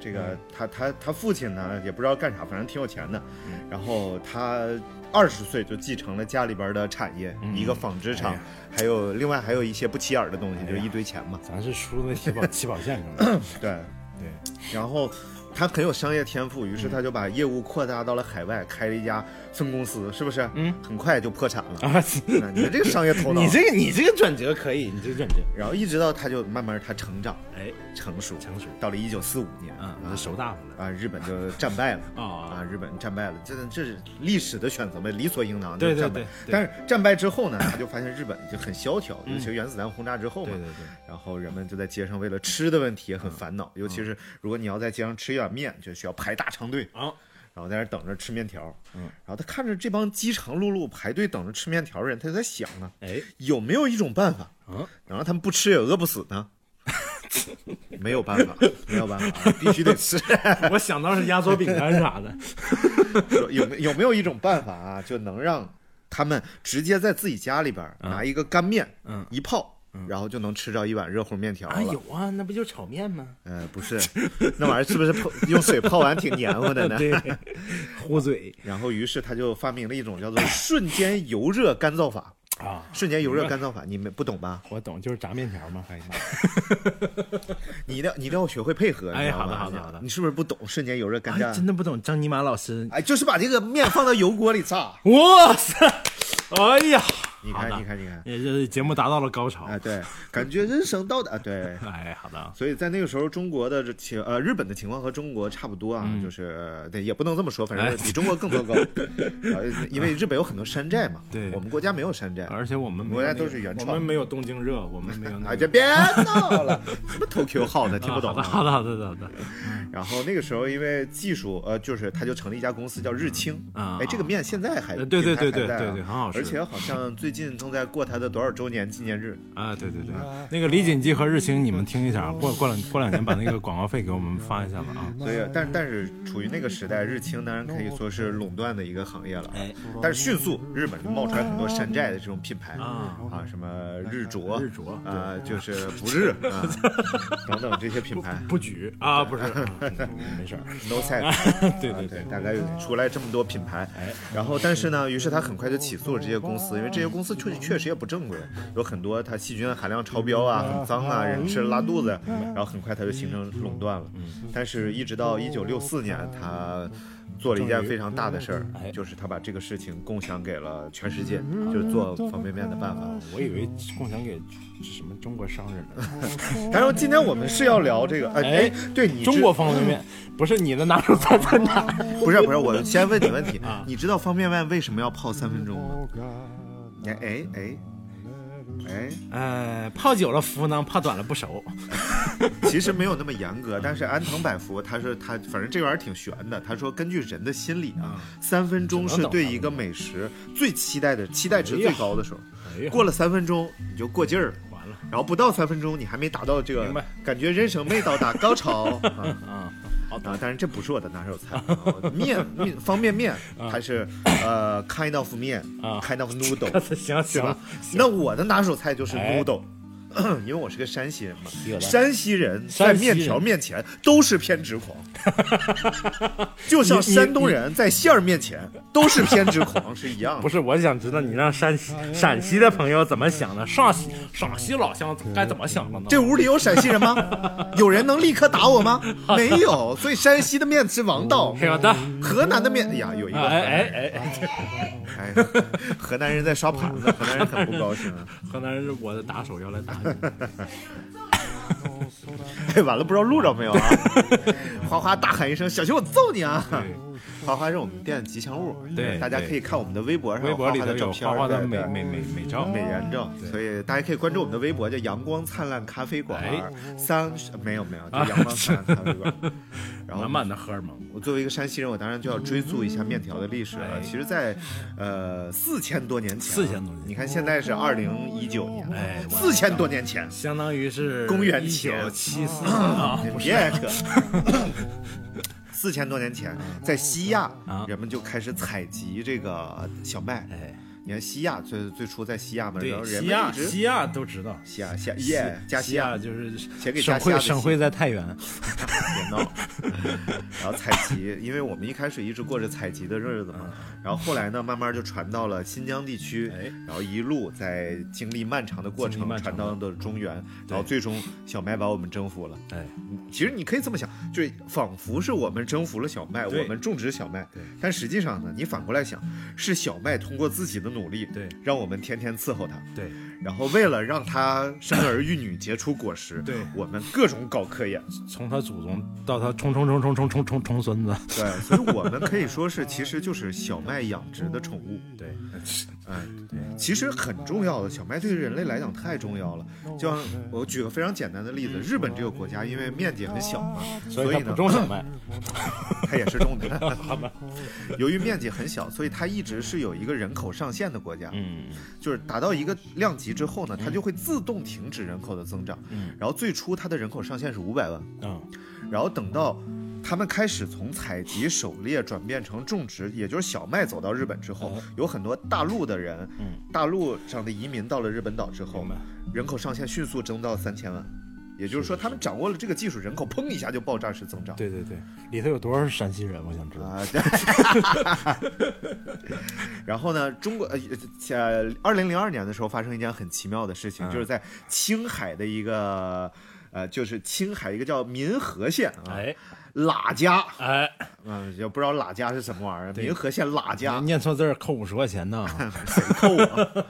S1: 这个他他他父亲呢，也不知道干啥，反正挺有钱的。
S3: 嗯
S1: 然后他二十岁就继承了家里边的产业，一个纺织厂，
S3: 哎呀哎
S1: 还有另外还有一些不起眼的东西，就一堆钱嘛。
S3: 咱是输在起 跑起跑线上了，
S1: 对，
S3: 对，嗯
S1: 然后他很有商业天赋，于是他就把业务扩大到了海外，开了一家分公司，是不是？嗯，很快就破产了。
S3: 啊，
S1: 那你这个商业头脑，
S3: 你这个你这个转折可以，你这个转折，
S1: 然后一直到他就慢慢他成长、
S3: 哎，
S1: 成熟，
S3: 成熟
S1: 到了一九四五年，
S3: 嗯，我
S1: 啊
S3: 这手大了，
S1: 啊，日本就战败了
S3: 啊
S1: 啊，日本战败了，这这是历史的选择嘛，理所应当就是
S3: 对对
S1: 战败
S3: 对。对
S1: 但是战败之后呢，他就发现日本就很萧条，尤其是原子弹轰炸之后嘛
S3: 对对对，
S1: 然后人们就在街上为了吃的问题
S3: 嗯
S1: 也很烦恼，尤其是如果你要在街上吃一碗面，就需要排大长队。
S3: 啊，
S1: 然后在那儿等着吃面条，嗯，然后他看着这帮饥肠辘辘排队等着吃面条的人，他就在想啊，
S3: 哎，
S1: 有没有一种办法，
S3: 嗯，
S1: 能让他们不吃也饿不死 呢？没有办法，没有办法，啊必须得 吃。
S3: 我想到是压缩饼干啥的，
S1: 有有没有没有一种办法啊，就能让他们直接在自己家里边儿拿一个干面，
S3: 嗯
S1: 一泡，然后就能吃着一碗热乎面条了。
S3: 啊有啊，那不就炒面吗？
S1: 呃，不是， 那玩意儿是不是泡用水泡完挺黏糊的呢？
S3: 对，糊嘴
S1: 然后，于是他就发明了一种叫做瞬间油热干燥法。
S3: 啊，
S1: 瞬间油热干燥法，你们不懂吧？
S3: 我懂，就是炸面条嘛，哎呀妈呀，
S1: 你一定要你一定要学会配合，你知
S3: 哎
S1: 道
S3: 好的
S1: 吧
S3: 好的好的
S1: 你是不是不懂瞬间油热干
S3: 哎
S1: 燥
S3: 真？的不懂张尼玛老师，
S1: 哎，就是把这个面放到油锅里炸。
S3: 哇塞，哎呀，
S1: 你
S3: 好的
S1: 看，你看，你看，
S3: 也就是节目达到了高潮，
S1: 啊，对，感觉人生到达啊，对。
S3: 哎，好的啊，
S1: 所以在那个时候，中国的这情呃日本的情况和中国差不多啊，就是对也不能这么说，反正
S3: 嗯哎
S1: 比中国更 糟糕。呃，因为日本有很多山寨嘛，
S3: 对啊
S1: 我们国家没有山寨，
S3: 而且我们没有
S1: 国家
S3: 那个
S1: 都是原创
S3: 我们没有东京热，我们没有那
S1: 啊，
S3: 个
S1: 就别闹了，什么 Tokyo 号的听不懂啊
S3: 啊。好的，好的，好的，好的，好的
S1: 然后那个时候因为技术，呃，就是他就成立一家公司叫日清
S3: 啊
S1: 哎，这个面现在还
S3: 呃对对对
S1: 品牌
S3: 对
S1: 还在啊
S3: 对对很好吃
S1: 而且好像最近正在过他的多少周年纪念日。
S3: 啊，对对对，那个李锦记和日清，你们听一下，过过两过两年把那个广告费给我们发一下吧啊。
S1: 所以，但但是处于那个时代，日清当然可以说是垄断的一个行业了。
S4: 哎，
S1: 但是迅速，日本就冒出来很多山寨的这种品牌
S3: 啊
S1: 啊，什么日卓、
S3: 日卓
S1: 啊，就是不日啊 等等这些品牌
S3: 不举啊，不是，没事儿。
S1: ，No s e
S3: 对
S1: 啊对
S3: 对对，，
S1: 大概有出来这么多品牌，
S3: 哎
S1: 然后但是呢，于是他很快就起诉了这些公司，因为这些公司确确实也不正规，
S3: 嗯
S1: 有很多它细菌含量超标啊，很脏啊，人吃了拉肚
S3: 嗯
S1: 子，然后很快它就形成垄断了。但是，一直
S3: 嗯
S1: 到一九六四年，他做了一件非常大的事儿，
S3: 哎
S1: 就是他把这个事情共享给了全世界，
S3: 嗯
S1: 就是做方便面的办法。
S3: 我以为共享给什么中国商人呢？
S1: 然后今天我们是要聊这个，哎
S3: 哎
S1: 哎，对你知
S3: 中国方便面不是你的拿手菜在哪儿？
S1: 不是不是，啊我先问你问题，你知道方便面为什么要泡三分钟吗？哎哎哎哎，
S3: 呃，泡久了服呢，泡短了不熟。
S1: 其实没有那么严格，但是安藤百福他说他反正这玩意儿挺悬的，他说根据人的心理啊，三分钟是对一个美食最期待的期待值最高的时候，
S3: 哎呀，
S1: 过了三分钟你就过劲儿了。
S3: 完了
S1: 然后不到三分钟，你还没达到这个
S3: 明白，
S1: 感觉人生没到达高 潮啊！
S3: 啊！好的
S1: 啊，但是这不是我的拿手菜，啊面面方便面还是呃 kind of 面
S3: 啊
S1: ，kind of noodle，
S3: 行
S1: 是
S3: 行
S1: 吧
S3: 了，？
S1: 那我的拿手菜就是
S3: 哎
S1: noodle，、因为 我是个山西人嘛
S3: 有。的
S1: 山西人在
S3: 山西
S1: 面
S3: 人
S1: 条面前都是偏执 狂，就像
S3: 你你
S1: 山东人在馅儿面前都是偏执狂是一样
S3: 不
S1: 的。
S3: 是，我想知道你让陕西陕西的朋友怎么想的，陕西陕西老乡该怎么想的呢？
S1: 这屋里有陕西人吗？有人能立刻打我吗？没有，所以山西的面是王道。
S3: 嗯好的，
S1: 河南的面，哎呀，有一个，
S3: 哎哎哎，
S1: 哎，河南人在刷盘子，河南人很不高兴啊。
S3: 河南人，我的打手要来打你。
S1: 哎，完了，不知道录着没有啊？花花大喊一声：“小心我揍你
S3: 嗯
S1: 啊！”花花是我们店的吉祥物，
S3: 对
S1: 大家可以看我们的微博上
S3: 微博里
S1: 花花
S3: 头
S1: 的照
S3: 有
S1: 片，
S3: 花花的
S1: 对
S3: 美
S1: 对
S3: 美美美照，
S1: 美颜照，所以大家可以关注我们的微博，叫“阳光灿烂咖啡馆”
S3: 哎
S1: 三没有没有，就“阳光灿烂咖啡馆”。 然后
S3: 啊满满的荷尔蒙。
S1: 我作为一个山西人，我当然就要追溯一下面条的历史
S3: 嗯
S1: 了。其实，在呃四千多年前，
S3: 4000多年前
S1: 你看现在是二零一九年，
S3: 哎我
S1: 四千多年前，
S3: 相当于是
S1: 公元
S3: 一
S1: 前嗯
S3: 九七四啊，
S1: 你别 扯。四千多年前，在西亚，
S3: 啊
S1: 人们就开始采集这个小麦。你看西亚最最初在西亚嘛，哎然后
S3: 哎对，
S1: 人
S3: 西
S1: 们
S3: 亚
S1: 一直
S3: 西亚都知道，
S1: 西亚西亚耶加
S3: 西
S1: 西
S3: 亚
S1: 亚，
S3: 就是
S1: 写给加
S3: 省
S1: 西亚
S3: 会
S1: 的
S3: 省
S1: 西
S3: 会在太原，
S1: 别闹。然后采集，因为我们一开始一直过着采集的日子嘛，然后后来呢，慢慢就传到了新疆地区
S3: 嗯哎，
S1: 然后一路在经历漫长的过
S3: 经历
S1: 程，
S3: 漫
S1: 传
S3: 长的
S1: 到的中原，然后
S3: 对
S1: 最终小麦把我们征服了。
S3: 哎，
S1: 其实你可以这么想，就是仿佛是我们征服了小麦，
S3: 对
S1: 我们种植小麦，但实际上呢，你反过来想，是小麦通过自己的努力，
S3: 对
S1: 让我们天天伺候它，
S3: 对，
S1: 然后为了让它生儿育女、结出果实，
S3: 对
S1: 我们各种搞科研，
S3: 从他祖宗到他重重重重重重重重孙子，
S1: 对，所以我们可以说是，其实就是小麦养殖的宠物。
S3: 对，
S1: 嗯，其实很重要的，小麦对于人类来讲太重要了。就像我举个非常简单的例子，日本这个国家因为面积很小嘛，所
S3: 所以他
S1: 呢
S3: 不，种 小麦，
S1: 它也是种的。
S3: 嗯
S1: 由于面积很小，所以它一直是有一个人口上限的国家。
S3: 嗯，
S1: 就是达到一个量级之后呢，它就会自动停止人口的增长。
S3: 嗯
S1: 然后最初它的人口上限是五百万，
S3: 啊，
S1: 然后等到他们开始从采集、狩猎转变成种植，也就是小麦走到日本之后，有很多大陆的人，
S3: 哦嗯
S1: 大陆上的移民到了日本岛之后
S3: 明白，
S1: 人口上限迅速增到三千万。也就是说，他们掌握了这个技术，人口砰一下就爆炸式增长。
S3: 对对对，里头有多少是陕西人？我想知道。
S1: 啊， 对。然后呢，中国呃呃，二零零二年的时候发生一件很奇妙的事
S3: 嗯
S1: 情，就是在青海的一个呃，就是青海一个叫民和县啊，
S3: 哎
S1: 喇家，
S3: 哎，
S1: 嗯，也不知道喇家是什么玩意儿，民和县啊喇家
S3: 念错字儿扣五十块 钱呢，
S1: 谁扣
S3: 啊
S1: 我？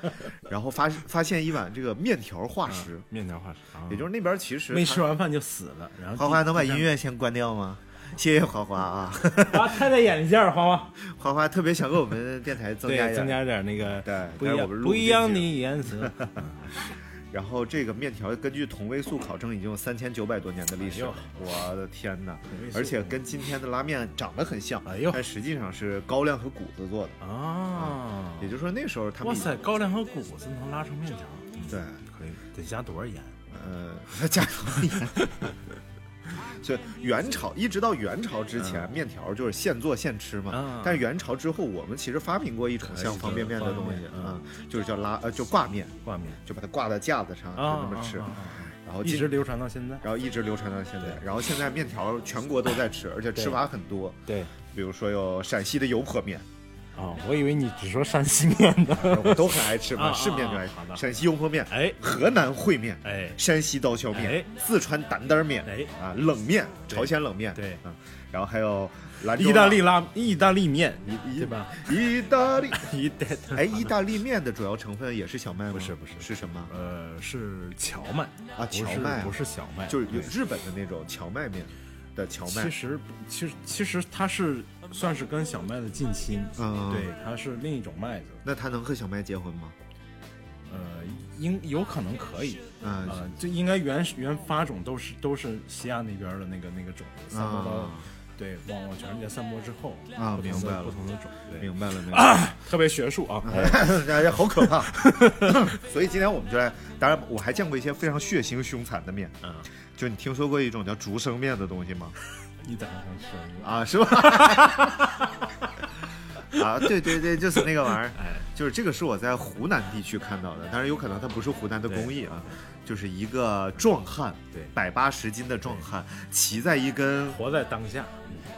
S1: 然后发发现一碗这个面条化石，
S3: 面条化石啊，
S1: 也就是那边其实
S3: 嗯没
S1: 它
S3: 吃完饭就死了，然后
S1: 花花能把音乐先关掉吗？谢谢花花啊，
S3: 啊，太戴眼镜儿，花花，
S1: 花花特别想给我 们电台增加
S3: 对，
S1: 一
S3: 增
S1: 点
S3: 加点那个
S1: 对
S3: 不
S1: 但是
S3: 一
S1: 我
S3: 样
S1: 们录
S3: 不一样
S1: 不
S3: 的
S1: 进
S3: 颜色，
S1: 然后这个面条根据同位素考证已经有三千九百多年的历
S3: 哎
S1: 史了，我的天哪！而且跟今天的拉面长得很像，
S3: 哎呦
S1: 但实际上是高粱和谷子做的。
S3: 啊
S1: 也，就是说那时候他们
S3: 哇
S1: 已
S3: 塞，高粱和谷子能拉成面条，
S1: 对，
S3: 可以，得加多少盐？
S1: 呃，加多盐。 所以元朝一直到元朝之前，面条就是现做现吃嘛
S3: 嗯。
S1: 但元朝之后，我们其实发明过一种像方便面的东西
S3: 方便面
S1: 啊，就是叫拉呃，就挂面，
S3: 挂面
S1: 就把它挂在架子上，就那么吃
S3: 啊。
S1: 然后
S3: 一
S1: 今
S3: 直流传到现在。
S1: 然后一直流传到现在。然后现在面条全国都在 吃，而且吃法很多。
S3: 对，
S1: 比如说有陕西的油泼 面，
S3: 啊，我以为你只说山西面 的。
S1: 我都很爱吃嘛，
S3: 啊
S1: 是面就爱吃
S3: 啊啊好。的
S1: 陕西油泼面，
S3: 哎
S1: 河南烩面，
S3: 哎
S1: 山西刀削面
S3: 哎，
S1: 四川担担面，
S3: 哎
S1: 啊，冷面，
S3: 对
S1: 朝鲜冷面，
S3: 对
S1: 啊，然后还有兰州
S3: 意大利拉意大利面，
S1: 意
S3: 对吧？
S1: 意大利，
S3: 意大
S1: 哎，意大利面的主要成分也是小麦吗？
S3: 不是不是
S1: 是什么？
S3: 呃是荞麦
S1: 啊
S3: 不是
S1: 荞麦啊
S3: 不是小麦，
S1: 就是有
S3: 对
S1: 日本的那种荞麦面的荞麦
S3: 其，实不其实其实它是算是跟小麦的近亲，
S1: 嗯
S3: 对，它是另一种麦子，
S1: 那它能和小麦结婚吗？
S3: 呃，应有可能可以，
S1: 啊
S3: 呃，这应该原原发种都是都是西亚那边的那个那个种散播到、
S1: 啊
S3: 对往往全世界散播之后
S1: 啊
S3: 不同
S1: 明白
S3: 的
S1: 了
S3: 不同的种，对，
S1: 明白了，明白嗯了。
S3: 特别学术啊，
S1: 大家好可怕。所以今天我们就来，当然我还见过一些非常血腥凶残的面。
S3: 嗯，
S1: 就你听说过一种叫竹升面的东西吗？
S3: 你在上吃一个
S1: 啊，是吧？ 啊，对对对，就是那个玩意儿，
S3: 哎
S1: 就是这个是我在湖南地区看到的，当然有可能它不是湖南的工艺啊，就是一个壮汉，
S3: 对
S1: 百八十斤的壮汉，骑在一根
S3: 活在当下，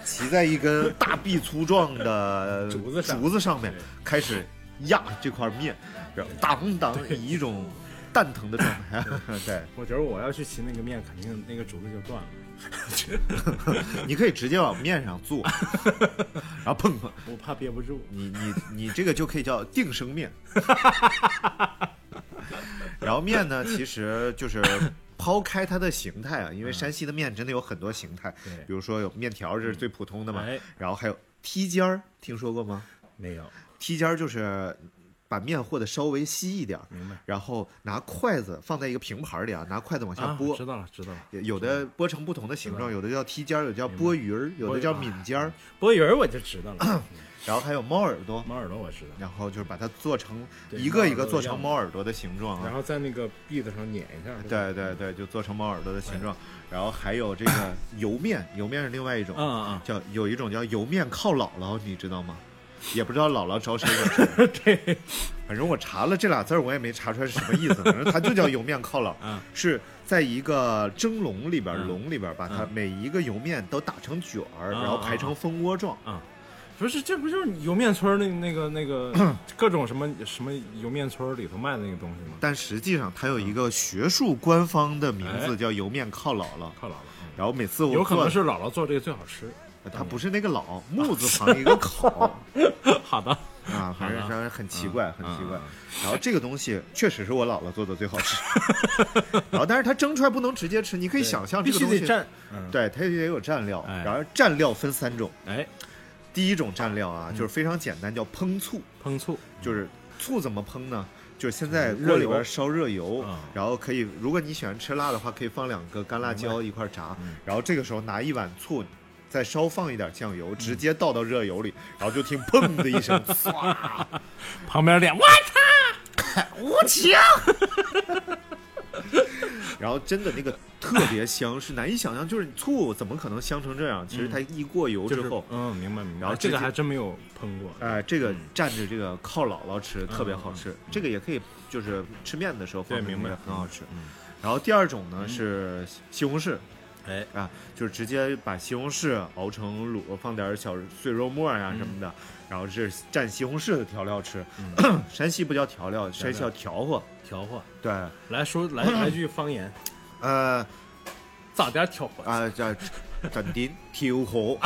S1: 骑在一根大臂粗壮的
S3: 竹子上
S1: 竹子上面
S3: 对
S1: 开始压这块面，然后当当以一种蛋疼的状态， 对，
S3: 我觉得我要去骑那个面，肯定那个竹子就断了，
S1: 你可以直接往面上 坐，然后碰碰，
S3: 我怕憋不住。
S1: 你你你这个就可以叫定生面。然后面呢，其实就是抛开它的形态啊，因为山西的面真的有很多形态，
S3: 嗯对
S1: 比如说有面条，这是最普通的嘛
S3: 哎，
S1: 然后还有梯尖儿，听说过吗？
S3: 没有，
S1: 梯尖儿就是把面和的稍微稀一点儿，
S3: 明白
S1: 然后拿筷子放在一个平盘儿里啊，拿筷子往下
S3: 啊
S1: 拨，
S3: 知道了，知道了。
S1: 有的拨成不同的形状，有的叫梯尖儿，有的叫拨鱼儿，有的叫
S3: 拨鱼
S1: 闽尖儿，
S3: 波鱼儿啊我就知道了，
S1: 然后还有猫耳朵，
S3: 猫耳朵我知道，
S1: 然后就是把它做成
S3: 对
S1: 一个一
S3: 猫
S1: 个
S3: 耳朵的
S1: 做成
S3: 样子
S1: 猫耳朵的形状
S3: 然
S1: 啊，
S3: 后在那个篦子上碾一下。是吧，
S1: 对对对，就做成猫耳朵的形状，然后还有这 个油面，油面是另外一种，
S3: 嗯嗯
S1: 叫有一种叫油面靠姥姥，你知道吗？也不知道姥姥招谁惹谁，
S3: 嗯， 对，
S1: 反正我查了这俩字儿，我也没查出来是什么意思。反正它就叫油面靠姥，
S3: 嗯
S1: 是在一个蒸笼里边儿，
S3: 嗯
S1: 笼里边儿把它
S3: 嗯
S1: 每一个油面都打成卷儿，
S3: 啊
S1: 然后排成蜂窝状。
S3: 不是，这不就是油面村儿那那个 那个各种什么什么油面村儿里头卖的那个东西吗？
S1: 但实际上它有一个学术官方的名字
S3: 哎
S1: 叫油面靠姥姥。
S3: 靠姥姥，
S1: 然后每次我
S3: 有可
S1: 做
S3: 能是姥姥做这个最好吃。
S1: 它不是那个老木字旁 一个口
S3: 好的，
S1: 啊，反正反正很奇怪，很
S3: 嗯
S1: 奇怪
S3: 嗯。
S1: 然后这个东西确实是我姥姥做的最好吃，然后但是它蒸出来不能直接吃，你可以想象
S3: 必
S1: 这个
S3: 须
S1: 东西
S3: 得蘸。嗯，
S1: 对，它也有蘸料，
S3: 哎
S1: 然后蘸料分三种，
S3: 哎，
S1: 第一种蘸料啊，
S3: 嗯
S1: 就是非常简单，叫烹醋，
S3: 烹醋，
S1: 就是醋怎么烹呢？就是先在锅里边烧热油
S3: 嗯，
S1: 然后可以，如果你喜欢吃辣的话，可以放两个干辣椒一块炸，
S3: 嗯
S1: 然后这个时候拿一碗醋。再稍放一点酱油，直接倒到热油里，
S3: 嗯
S1: 然后就听砰的一 声，唰，
S3: 旁边脸，我操，
S1: 无情。
S3: 啊
S1: 然后真的那个特别香，是难以想象，就是你醋怎么可能香成这样？其实它一过油之
S3: 就是
S1: 后，
S3: 嗯，明白明白。
S1: 然后直
S3: 这嗯个
S1: 接
S3: 还真没有烹过。
S1: 哎，这个蘸着这个靠姥姥吃特别好吃，这个也可以就是吃面的时候放
S3: 对
S1: 进去
S3: 明白
S1: 很好吃。然后第二种呢是西红柿，
S3: 哎，
S1: 啊，就是直接把西红柿熬成卤，放点小碎肉末呀、什么的，然后是蘸西红柿的调料吃。 山西不叫调料，山西叫调和。
S3: 调和，
S1: 对，
S3: 来说来 来句方言，
S1: 呃
S3: 咋点调和？
S1: 啊叫怎的调和，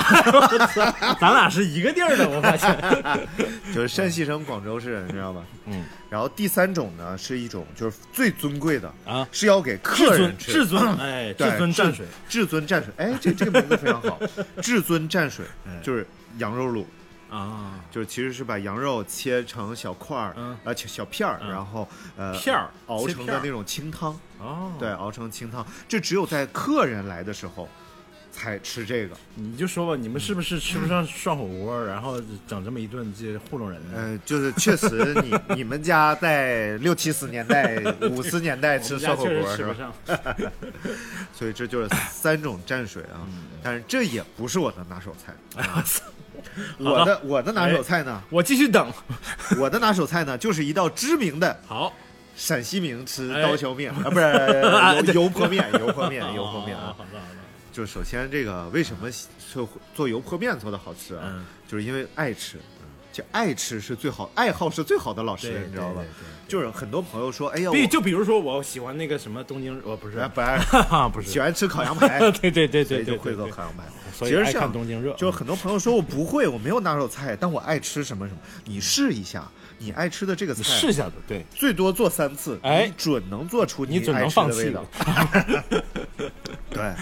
S3: 咱俩是一个地儿的，我发现。
S1: 就是山西省广州市人，你知道吧？
S3: 嗯。
S1: 然后第三种呢是一种就是最尊贵的
S3: 啊
S1: 是要给客人吃。
S3: 至尊，哎，
S1: 对
S3: 至尊
S1: 至
S3: 蘸水，
S1: 至尊蘸水，哎，这这个名字非常好，至尊蘸水
S3: 哎
S1: 就是羊肉卤，
S3: 啊，
S1: 就是其实是把羊肉切成小块儿，
S3: 嗯
S1: 呃，切小片儿，然后呃
S3: 片儿
S1: 熬
S3: 切
S1: 成
S3: 片
S1: 的
S3: 儿
S1: 那种清汤，
S3: 哦，
S1: 对，，熬成清汤，这只有在客人来的时候才吃这个。
S3: 你就说吧，你们是不
S1: 嗯
S3: 是吃不上涮火锅，然后整这么一顿这糊弄人呢？
S1: 呃，就是确实你，你 们家在六七十年代、五十年代吃涮火
S3: 我们家确
S1: 锅是
S3: 实吃
S1: 吧
S3: 不？上，
S1: 所以这就是三种蘸水啊，
S3: 嗯
S1: 但是这也不是我的拿手 菜。我的我的拿手菜呢，
S3: 我继续等。哎
S1: 我的拿手菜呢，就是一道知名的
S3: 好，
S1: 陕西名吃
S3: 哎哦
S1: 刀削面啊，不是油油泼面，油泼面，油泼面啊。
S3: 好的好的，
S1: 就是首先这个为什么做做油泼面做的好吃啊
S3: 嗯？
S1: 就是因为爱吃，就爱吃是最好，爱好是最好的老师，
S3: 对
S1: 你知道吧
S3: 对对对？
S1: 就是很多朋友说，哎呀，我
S3: 比就比如说我喜欢那个什么东京，哦我不是
S1: 哎，不爱
S3: 哈哈， 不
S1: 喜
S3: 是，
S1: 欢吃烤羊 排，
S3: 对对对
S1: 所
S3: 对
S1: 以就
S3: 对，
S1: 会
S3: 对
S1: 做
S3: 对
S1: 烤羊排。
S3: 所
S1: 其
S3: 以
S1: 实
S3: 爱
S1: 像
S3: 看东京热，嗯
S1: 就很多朋友说我不会，我没有拿手菜，但我爱吃什么什么。你试一下，你爱吃的这个
S3: 你
S1: 菜，
S3: 试一下子，对
S1: 最多做三次，
S3: 哎
S1: 你准能做出
S3: 你准
S1: 爱
S3: 能
S1: 吃
S3: 放
S1: 的味
S3: 弃
S1: 道。。对，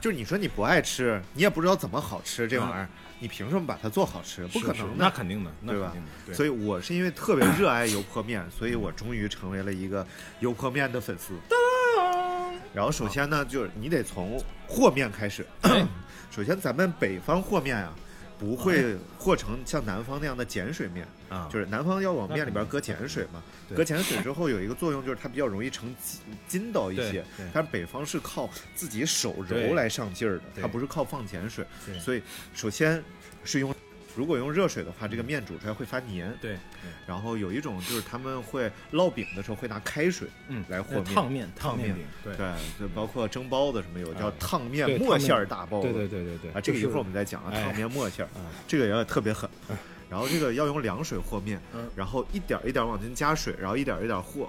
S1: 就是你说你不爱吃，你也不知道怎么好吃这玩意儿，你凭什么把它做好吃？不可
S3: 嗯是是
S1: 能
S3: 那
S1: 的。
S3: 肯定的，那
S1: 对吧
S3: 肯定的。？对
S1: 所以我是因为特别热爱油泼面，所以我终于成为了一个油泼面的粉丝。然后首先呢，就是你得从和面开始。
S3: 哎
S1: 首先，咱们北方和面啊，不
S3: 哎
S1: 会和成像南方那样的碱水面
S3: 啊嗯
S1: 就是南方要往面里边搁碱水嘛，
S3: 对
S1: 搁碱水之后有一个作用就是它比较容易成筋筋道一些
S3: 对对，
S1: 但是北方是靠自己手
S3: 对
S1: 揉来上劲儿的，
S3: 对
S1: 它不是靠放碱水
S3: 对，
S1: 所以首先是用。如果用热水的话，这个面煮出来会发黏。
S3: 嗯对，对
S1: 然后有一种就是他们会烙饼的时候会拿开水，
S3: 嗯，
S1: 来和面
S3: 烫面
S1: 烫
S3: 面
S1: 面
S3: 饼，对
S1: 对，就包括蒸包子什么有叫
S3: 啊
S1: 烫面
S3: 对
S1: 沫
S3: 烫面
S1: 馅儿大包子，
S3: 对对对对对
S1: 啊，这个一
S3: 就
S1: 会
S3: 是
S1: 儿我们再讲啊，
S3: 哎
S1: 烫面沫馅儿
S3: 啊，
S1: 这个也特别狠。然后这个要用凉水和面
S3: 嗯，
S1: 然后一点儿一点儿往进加水，然后一点儿一点儿和。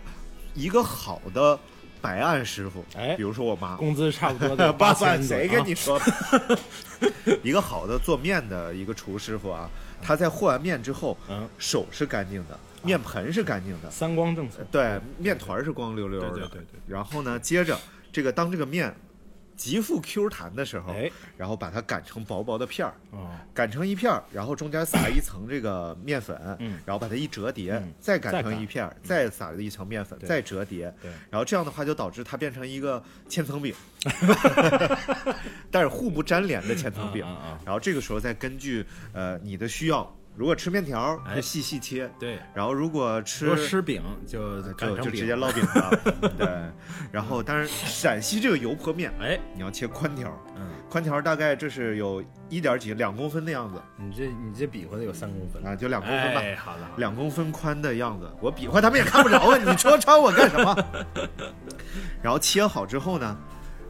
S1: 一个好的白案师傅，
S3: 哎
S1: 比如说我妈，
S3: 工资差不多 啊的
S1: 八
S3: 千
S1: 算
S3: 左右
S1: 谁跟你说？一个好的做 面的一个厨师傅啊，他在和完面之后
S3: 嗯，
S1: 手是干净的，面盆是干净的
S3: 啊，三光政策？
S1: 对，面团儿是光溜溜的。
S3: 对对对对对
S1: 然后呢，接着这个当这个面极富 Q 弹的时候，
S3: 哎
S1: 然后把它擀成薄薄的片儿，
S3: 哦，
S1: 擀成一片儿，然后中间撒一层这个面粉，
S3: 嗯
S1: 然后把它一折叠，
S3: 嗯
S1: 再擀
S3: 再
S1: 成
S3: 擀
S1: 一片儿，再撒一层面粉，
S3: 对
S1: 再折叠，
S3: 对
S1: 然后这样的话就导致它变成一个千层 饼，但是互不粘连的千层饼。
S3: 啊啊啊
S1: 然后这个时候再根据呃你的需要，如果吃面条儿
S3: 哎
S1: 就细细切，
S3: 对，
S1: 然后如果
S3: 如果吃饼就
S1: 就
S3: 擀
S1: 呃啊就
S3: 成
S1: 直接
S3: 饼，
S1: 烙饼 了。对，然后当然陕西这个油泼面，
S3: 哎，
S1: 你要切宽条，
S3: 嗯，
S1: 宽条大概这是有一点几两公分的样子
S3: 你这你这比划的有三公分
S1: 啊，就两公分吧。
S3: 哎，好的，好的
S1: 两公分宽的样子，我比划他们也看不着啊！你戳穿我干什么？ 然后切好之后呢，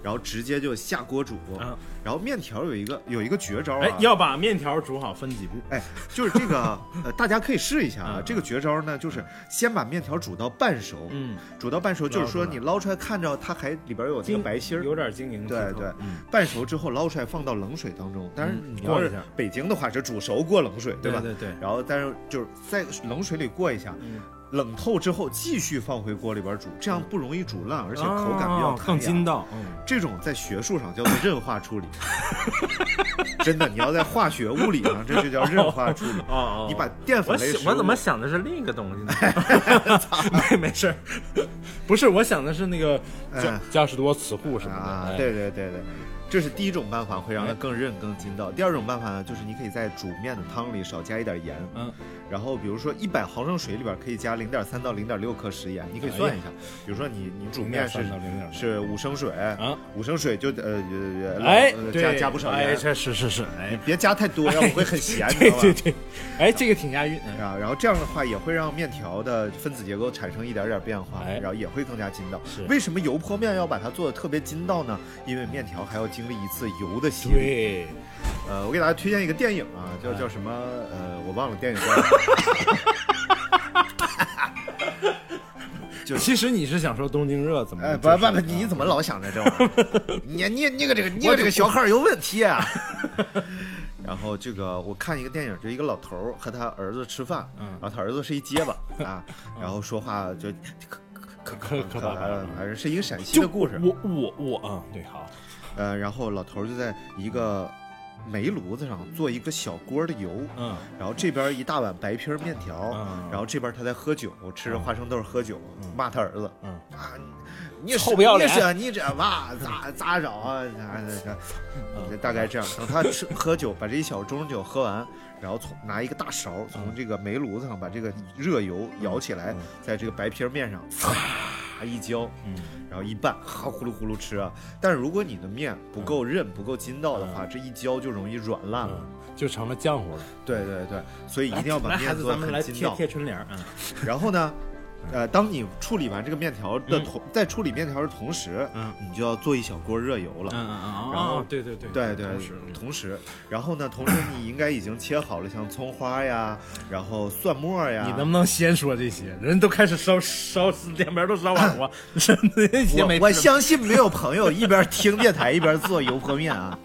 S1: 然后直接就下锅煮。
S3: 啊
S1: 然后面条有一个有一个绝招啊，
S3: 哎，要把面条煮好分几步，
S1: 哎，就是这个，呃，大家可以试一下啊
S3: 嗯。
S1: 这个绝招呢，就是先把面条煮到半熟，
S3: 嗯，
S1: 煮到半熟就是说
S3: 捞出
S1: 你
S3: 来
S1: 捞出来看着它还里边有那个
S3: 晶
S1: 白芯儿，
S3: 有点晶莹剔
S1: 对
S3: 透，
S1: 对
S3: 嗯，
S1: 半熟之后捞出来放到冷水当中。但是
S3: 嗯
S1: 你要
S3: 过
S1: 是
S3: 一下
S1: 北京的话是煮熟过冷水，吧？
S3: 对对对嗯
S1: 然后但是就是在冷水里过一下。冷透之后继续放回锅里边煮，这样不容易煮烂，而且口感比较
S3: 哦
S1: 弹
S3: 嗯更
S1: 牙
S3: 筋道，嗯，
S1: 这种在学术上叫做 韧化处理，真的，你要在化学物理上，这就叫韧化处理。
S3: 哦哦
S1: 你把淀粉
S3: 我
S1: 类
S3: 想
S1: 食
S3: 我怎么
S1: 物
S3: 想的是另一个东 西呢？ 没没事儿， 不是我想的是那个
S1: 哎
S3: 加加什多磁护什么
S1: 啊
S3: 的，？哎
S1: 对对对对，这是第一种办法，会让它更韧更筋道。第二种办法呢，就是你可以在煮面的汤里少加一点盐，
S3: 嗯，
S1: 然后比如说一百毫升水里边可以加零点三到零点六克食盐，你可以算一下。
S3: 哎
S1: 比如说你你煮面是
S3: 0.3到0.6
S1: 是五升水
S3: 啊，
S1: 五升水就呃呃
S3: 哎
S1: 呃，加
S3: 对，
S1: 加不少
S3: 哎，
S1: 盐，
S3: 是是是是，哎，
S1: 别加太多，要不会很咸，你知
S3: 对
S1: 道吧？
S3: 对对，哎，这个挺押韵，嗯
S1: 啊，然后这样的话也会让面条的分子结构产生一点点变化，
S3: 哎
S1: 然后也会更加筋道
S3: 是。
S1: 为什么油泼面要把它做的特别筋道呢？因为面条还要经历一次油的洗礼。
S3: 对，哎
S1: 呃，我给大家推荐一个电影啊，叫叫什么？呃，我忘了电影 叫什么。
S3: 其实你是想说东京热怎么？
S1: 哎，不
S3: 就是
S1: 不不，你怎么老想着这玩意儿？你你你个这个你个这个小孩儿有问题 啊！然后这个我看一个电影，就一个老头儿和他儿子吃饭，
S3: 嗯
S1: 然后他儿子是一结巴 啊，然后说话就可可
S3: 可可
S1: 可
S3: 咋了
S1: 反正是一个陕西
S3: 嗯就嗯
S1: 的故事。
S3: 我我我啊，对，好，
S1: 呃，然后老头儿就在一个煤炉子上做一个小锅的油，
S3: 嗯
S1: 然后这边一大碗白皮儿面条，
S4: 啊
S3: 嗯
S1: 然后这边他在喝酒，吃着花生豆喝酒，骂他儿子
S3: 嗯，
S1: 啊，你也是
S4: 臭不要脸
S1: 你也是啊你这哇咋咋着啊？咋咋咋？大概这样。等他吃喝酒，把这一小盅酒喝完，然后从拿一个大勺
S4: 嗯
S1: 从这个煤炉子上把这个热油舀起来，在这个白皮儿面上
S4: 嗯
S1: 唰一浇，
S3: 嗯
S1: 然后一拌， 哈呼噜呼噜吃啊。但是如果你的面不够韧、不够筋道的话，这一浇就容易软烂了。
S3: 嗯，就成了浆糊了。
S1: 对对对，所以一定要把
S3: 来
S1: 面
S3: 孩子，
S1: 做
S3: 咱
S1: 的
S3: 们来
S1: 很筋
S3: 贴嗯
S1: 道。
S3: 贴春联啊。
S1: 然后呢，呃，当你处理完这个面条的同，在处理面条的同时，
S3: 嗯
S1: 你就要做一小锅热油了。
S3: 嗯嗯
S1: 然后
S3: 哦，对对对
S1: 对对，
S3: 同时嗯
S1: 同时，然后呢，同时你应该已经切好了像葱花 呀，然后蒜末呀，
S3: 你 能不能先说这些？人都开始烧 烧，两边都烧瓦 锅，真的也没
S1: 我我相信没有朋友一边听电台一边做油泼面啊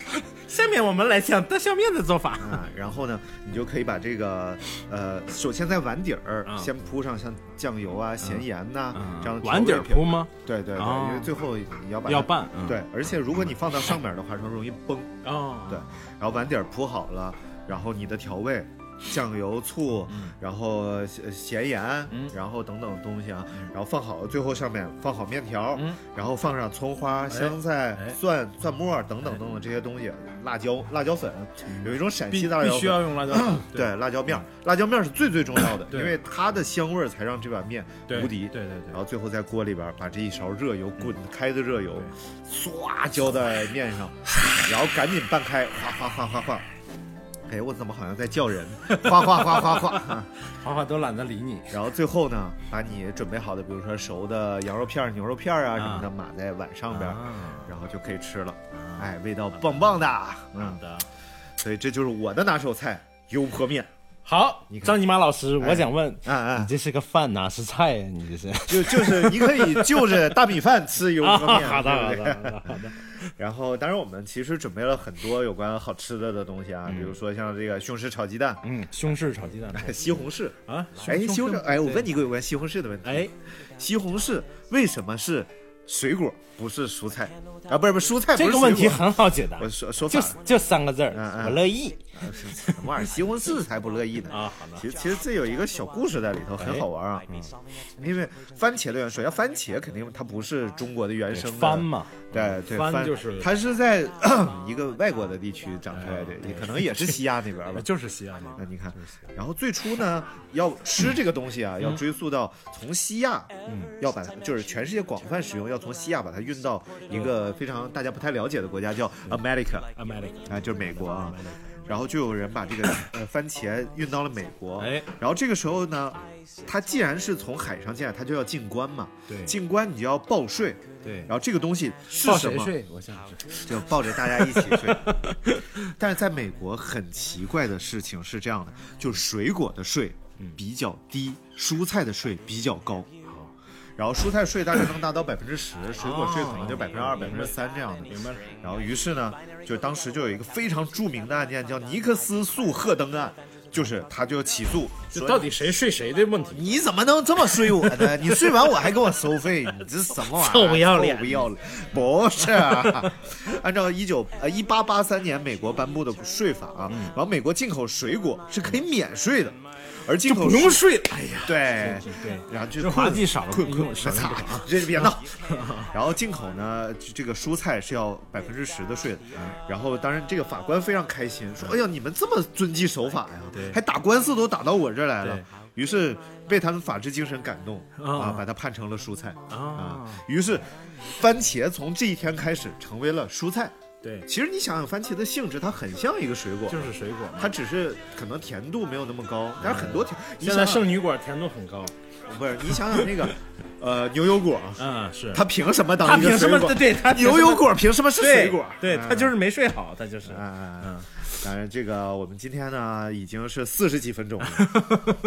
S3: 下面我们来讲刀削面的做法。
S1: 啊！然后呢，你就可以把这个呃，首先在碗底儿
S3: 嗯
S1: 先铺上像酱油啊、咸盐呐这样的
S3: 碗底
S1: 调
S3: 儿
S1: 味品
S3: 嗯铺吗？
S1: 对对
S3: 哦
S1: 对，因为最后你要把它
S3: 要拌，嗯
S1: 对，而且如果你放到上面的话，它容易崩。
S3: 哦，
S1: 对，然后碗底儿铺好了，然后你的调味，酱油、醋，
S3: 嗯
S1: 然后咸呃咸盐，然后等等东西啊，
S3: 嗯
S1: 然后放好，最后上面放好面条，然后放上葱花、香菜
S3: 哎、
S1: 蒜、蒜末儿等等等等这些东西，辣椒、辣椒粉，有一嗯种陕
S3: 嗯必
S1: 西辣椒
S3: 必须要
S1: 粉。，
S3: 用辣椒
S1: 对，辣椒面儿，辣椒面儿是最最重要的，
S3: 对
S1: 因为它的香味儿才让这碗面
S3: 对
S1: 无敌。嗯
S3: 对嗯对
S1: 然
S3: 对
S1: 后最后在锅里边儿把这一勺热油滚开的热油，唰浇在面上，然后赶紧拌开，哗哗哗哗哗。哎，我怎么好像在叫人？哗哗哗哗哗。
S3: 对，花花都懒得理你。
S1: 然后最后呢，把你准备好的，比如说熟的羊肉片儿、牛肉片儿啊什么的，
S3: 啊
S1: 码在碗上边儿，
S3: 啊
S1: 然后就可以吃了。哎，味道棒棒的。嗯，
S3: 的，
S1: 所以这就是我的拿手菜——油泼面。
S3: 好
S1: 你，看
S3: 张尼玛老师，我想问，
S1: 哎哎
S4: 你，这是个饭哪是菜呀？你这是
S1: 就就是你可以就着大米饭吃油
S3: 啊，
S1: 泼面，
S3: 好的
S1: 对不
S3: 好
S1: 对
S3: 的好的好的，
S1: 然后，当然我们其实准备了很多有关好吃的的东西啊，比如说像这个西红柿炒鸡蛋、
S3: 嗯，西红柿炒鸡蛋
S1: 西红柿。
S3: 啊，
S1: 哎，西红柿，哎，我问
S3: 你，
S1: 你一个有关西红柿的问题。
S3: 哎，
S1: 西红柿为什么是水果不是蔬菜啊？不是不是蔬菜
S4: 这
S1: 不是
S4: 个问
S1: 水
S4: 题
S1: 果
S4: 很好解答
S1: 我，说说
S4: 就
S1: 反
S4: 是就三个字儿
S1: 嗯，嗯
S4: 我乐意。
S1: 了，玩意儿西红柿才不乐意呢
S3: 啊好的哎
S1: 其实其实这有一个小故事在里头，很好玩啊。因为番茄的原，首先番茄肯定它不是中国的原生的
S3: 翻嘛，
S1: 对对，
S3: 番
S1: 番
S3: 嗯就是哎
S1: 它是在 一个外国的地区长出来的，也可能也是西亚那边吧。
S3: 就是西嗯安嘛
S1: 那，你看，然后最初呢，要吃这个东西啊，要追溯到从西亚，
S3: 嗯
S1: 要把它就是全世界广泛使用，要从西亚把它运到一个非常大家不太了解的国家，叫
S3: 嗯
S1: America，
S3: America
S1: 啊，就是美国啊。
S3: 嗯
S1: 然后就有人把这个呃番茄运到了美国，
S3: 哎
S1: 然后这个时候呢，它既然是从海上进来，它就要进关嘛，
S3: 对
S1: 进关你就要报税，
S3: 对
S1: 然，后这个东西啊是
S3: 抱
S1: 什
S3: 谁
S1: 么？
S3: 睡？我想知
S1: 就抱着大家一起 睡。但是在美国很奇怪的事情是这样的，就是水果的税比较低，蔬菜的税比较高。然后蔬菜税大概能达 到百分之十，水果税可能就百分之二、百分之三这样的。哦明白。然后于是呢，就当时就有一个非常著名的案件叫尼克斯诉赫登案，就是他就起诉
S3: 道，
S1: 说
S3: 到底谁睡谁的问题。
S1: 你怎么能这么睡我呢？你睡完我还给我收费，你这什么玩意儿？
S4: 臭不要脸
S1: 臭不要脸！不是、啊，按照一九呃一八八三年美国颁布的税法啊，
S4: 嗯
S1: 往美国进口水果是可以免税的，而进口
S3: 不用睡了，哎呀，
S1: 对
S3: 对
S1: 然后就
S3: 这滑稽少了
S1: 困困
S3: 用，
S1: 是
S3: 少了
S1: 操
S3: 不少，
S1: 这别 闹。然后进口呢，这个蔬菜是要百分之十的税的。
S3: 嗯
S1: 然后当然这个法官非常开心，说：“哎呀，你们这么遵纪守法呀，还打官司都打到我这儿来了
S3: 对。”
S1: 于是被他们法治精神感动
S3: 啊
S1: 啊，把它判成了蔬菜啊
S3: 啊。
S1: 于是番茄从这一天开始成为了蔬菜。
S3: 对，
S1: 其实你想想，番茄的性质它很像一个水果，
S3: 就是水果嘛。
S1: 它只是可能甜度没有那么高，但是很多甜。你
S3: 现
S1: 想
S3: 在
S1: 想
S3: 剩女果甜度很高，
S1: 不是，你想想那个，呃，牛油果，
S3: 嗯，是
S1: 它凭什么当
S3: 他
S1: 一个
S3: 凭什
S1: 水
S3: 么
S1: 果？
S3: 对 他凭什
S1: 牛
S3: 么
S1: 油果凭什么是
S3: 对
S1: 水果？
S3: 对
S1: 嗯
S3: 他就是没睡好，他就是
S1: 嗯嗯嗯，当然，这个我们今天呢已经是四十几分钟了，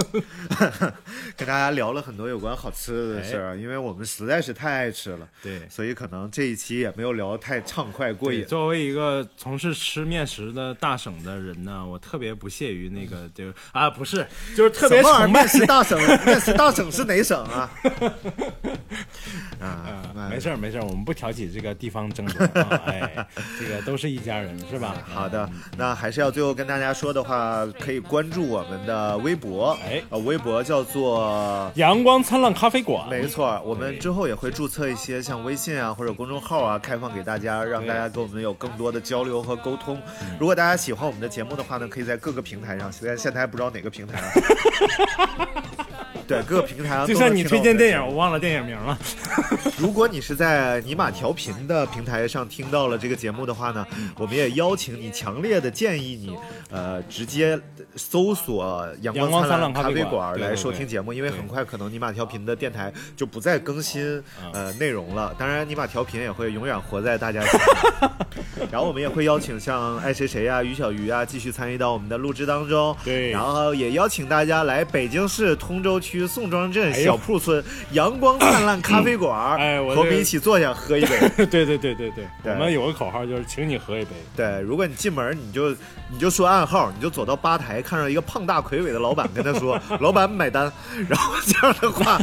S1: 跟大家聊了很多有关好吃的事儿啊，因为我们实在是太爱吃了，
S3: 哎对
S1: 所以可能这一期也没有聊太畅快过
S3: 对，
S1: 瘾。
S3: 作为一个从事吃面食的大省的人呢，我特别不屑于那个，就啊，不是，就是特别
S1: 什么玩意儿？
S3: 崇拜
S1: 面食大省，面食大省是哪省啊？啊，
S3: 嗯，
S1: 那
S3: 没事儿没事儿，我们不挑起这个地方争端啊，哎，这个都是一家人，是吧？
S1: 好的，那还是要最后跟大家说的话，可以关注我们的微博，
S3: 哎
S1: 呃，微博叫做。
S3: 阳光灿烂咖啡馆，
S1: 没错，我们之后也会注册一些像微信啊或者公众号啊，开放给大家，让大家跟我们有更多的交流和沟通。
S3: 嗯
S1: 如果大家喜欢我们的节目的话呢，可以在各个平台上，现在现在还不知道哪个平台啊。 对，各个平台啊，
S3: 就像
S1: 都能
S3: 你
S1: 听到
S3: 推
S1: 我们
S3: 荐
S1: 的
S3: 电
S1: 节
S3: 影，
S1: 目
S3: 我忘了电影名 了。
S1: 如果你是在尼玛调频的平台上听到了这个节目的话呢，我们也邀请你，强烈的建议你，呃，直接搜索“阳光
S3: 阳光
S1: 灿烂
S3: 灿烂
S1: 咖
S3: 咖
S1: 啡
S3: 啡
S1: 馆
S3: 馆”
S1: 来收
S3: 对对对
S1: 听节目，因为
S3: 对
S1: 很快可能尼玛调频的电台就不再更新
S3: 嗯
S1: 呃内容了。当然，尼玛调频也会永远活在大家心里。然后我们也会邀请像爱谁谁啊、于小鱼啊继续参与到我们的录制当中。
S3: 对
S1: 然后也邀请大家来北京市通州区宋庄镇
S3: 哎呦
S1: 小铺村阳光灿烂咖啡馆。
S3: 哎我
S1: 和我
S3: 这
S1: 们
S3: 个
S1: 一起坐下喝一杯。
S3: 对对对对对，
S1: 对
S3: 我们有个口号就是请你喝一杯。
S1: 对，如果你进门，你就你就说暗号，你就走到吧台，看到一个胖大魁伟的老板，跟他 说：“老板买单。”然后这样的话，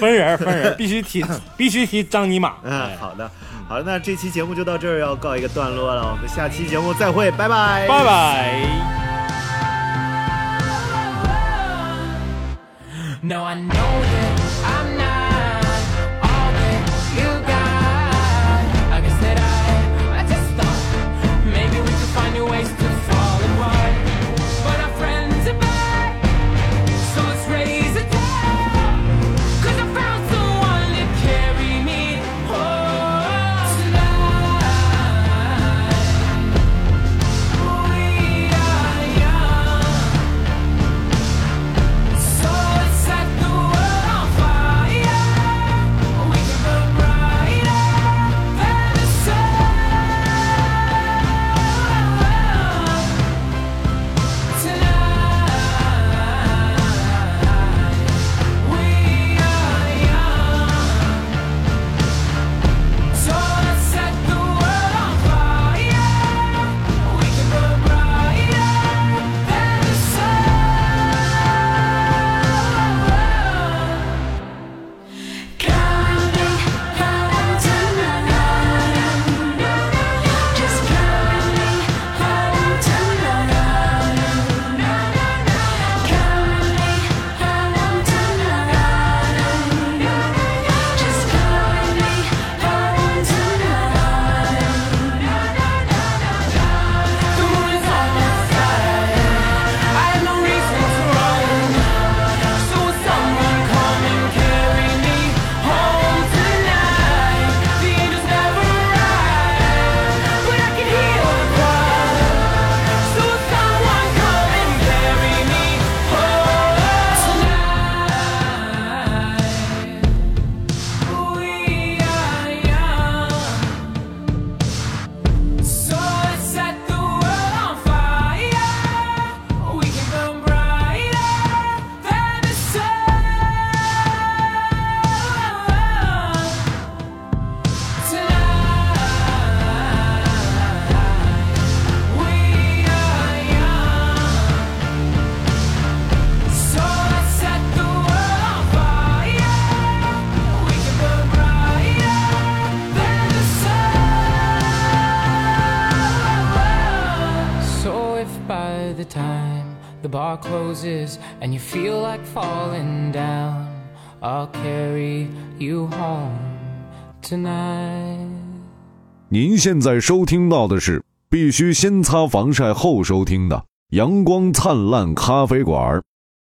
S3: 分人儿分人儿，必 须提必须提张尼玛。
S1: 嗯，
S3: 哎
S1: 好的，好的，那这期节目就到这儿要告一个段落了，我们下期节目再会，拜拜，
S3: 拜。拜。
S2: No, I know that I'm not all that you got. I guess that I, I just thought maybe we could find new ways to fall apart. But our friends are back, so let's raise a debt. Cause I found someone to carry me home tonight. We are young. So let's set the world on fire. We can burn brighter than the sun tonight. We are young. So let's set the world on fire. We can burn brighter than the sun. The moon is on the sky. I have no reason to run. So will someone come and carry me home tonight? The angels never arrive, but I can hear the cry. So will someone come and carry me home tonight? We are young. So let's set the world on fire. We can burn brighter than the sun tonight. We are young. So let's set the world on fire. We can burn brighter than the sun. So if by the time the bar closes and you feel like falling down, I'll carry you home tonight.
S5: 您现在收听到的是必须先擦防晒后收听的《阳光灿烂咖啡馆》。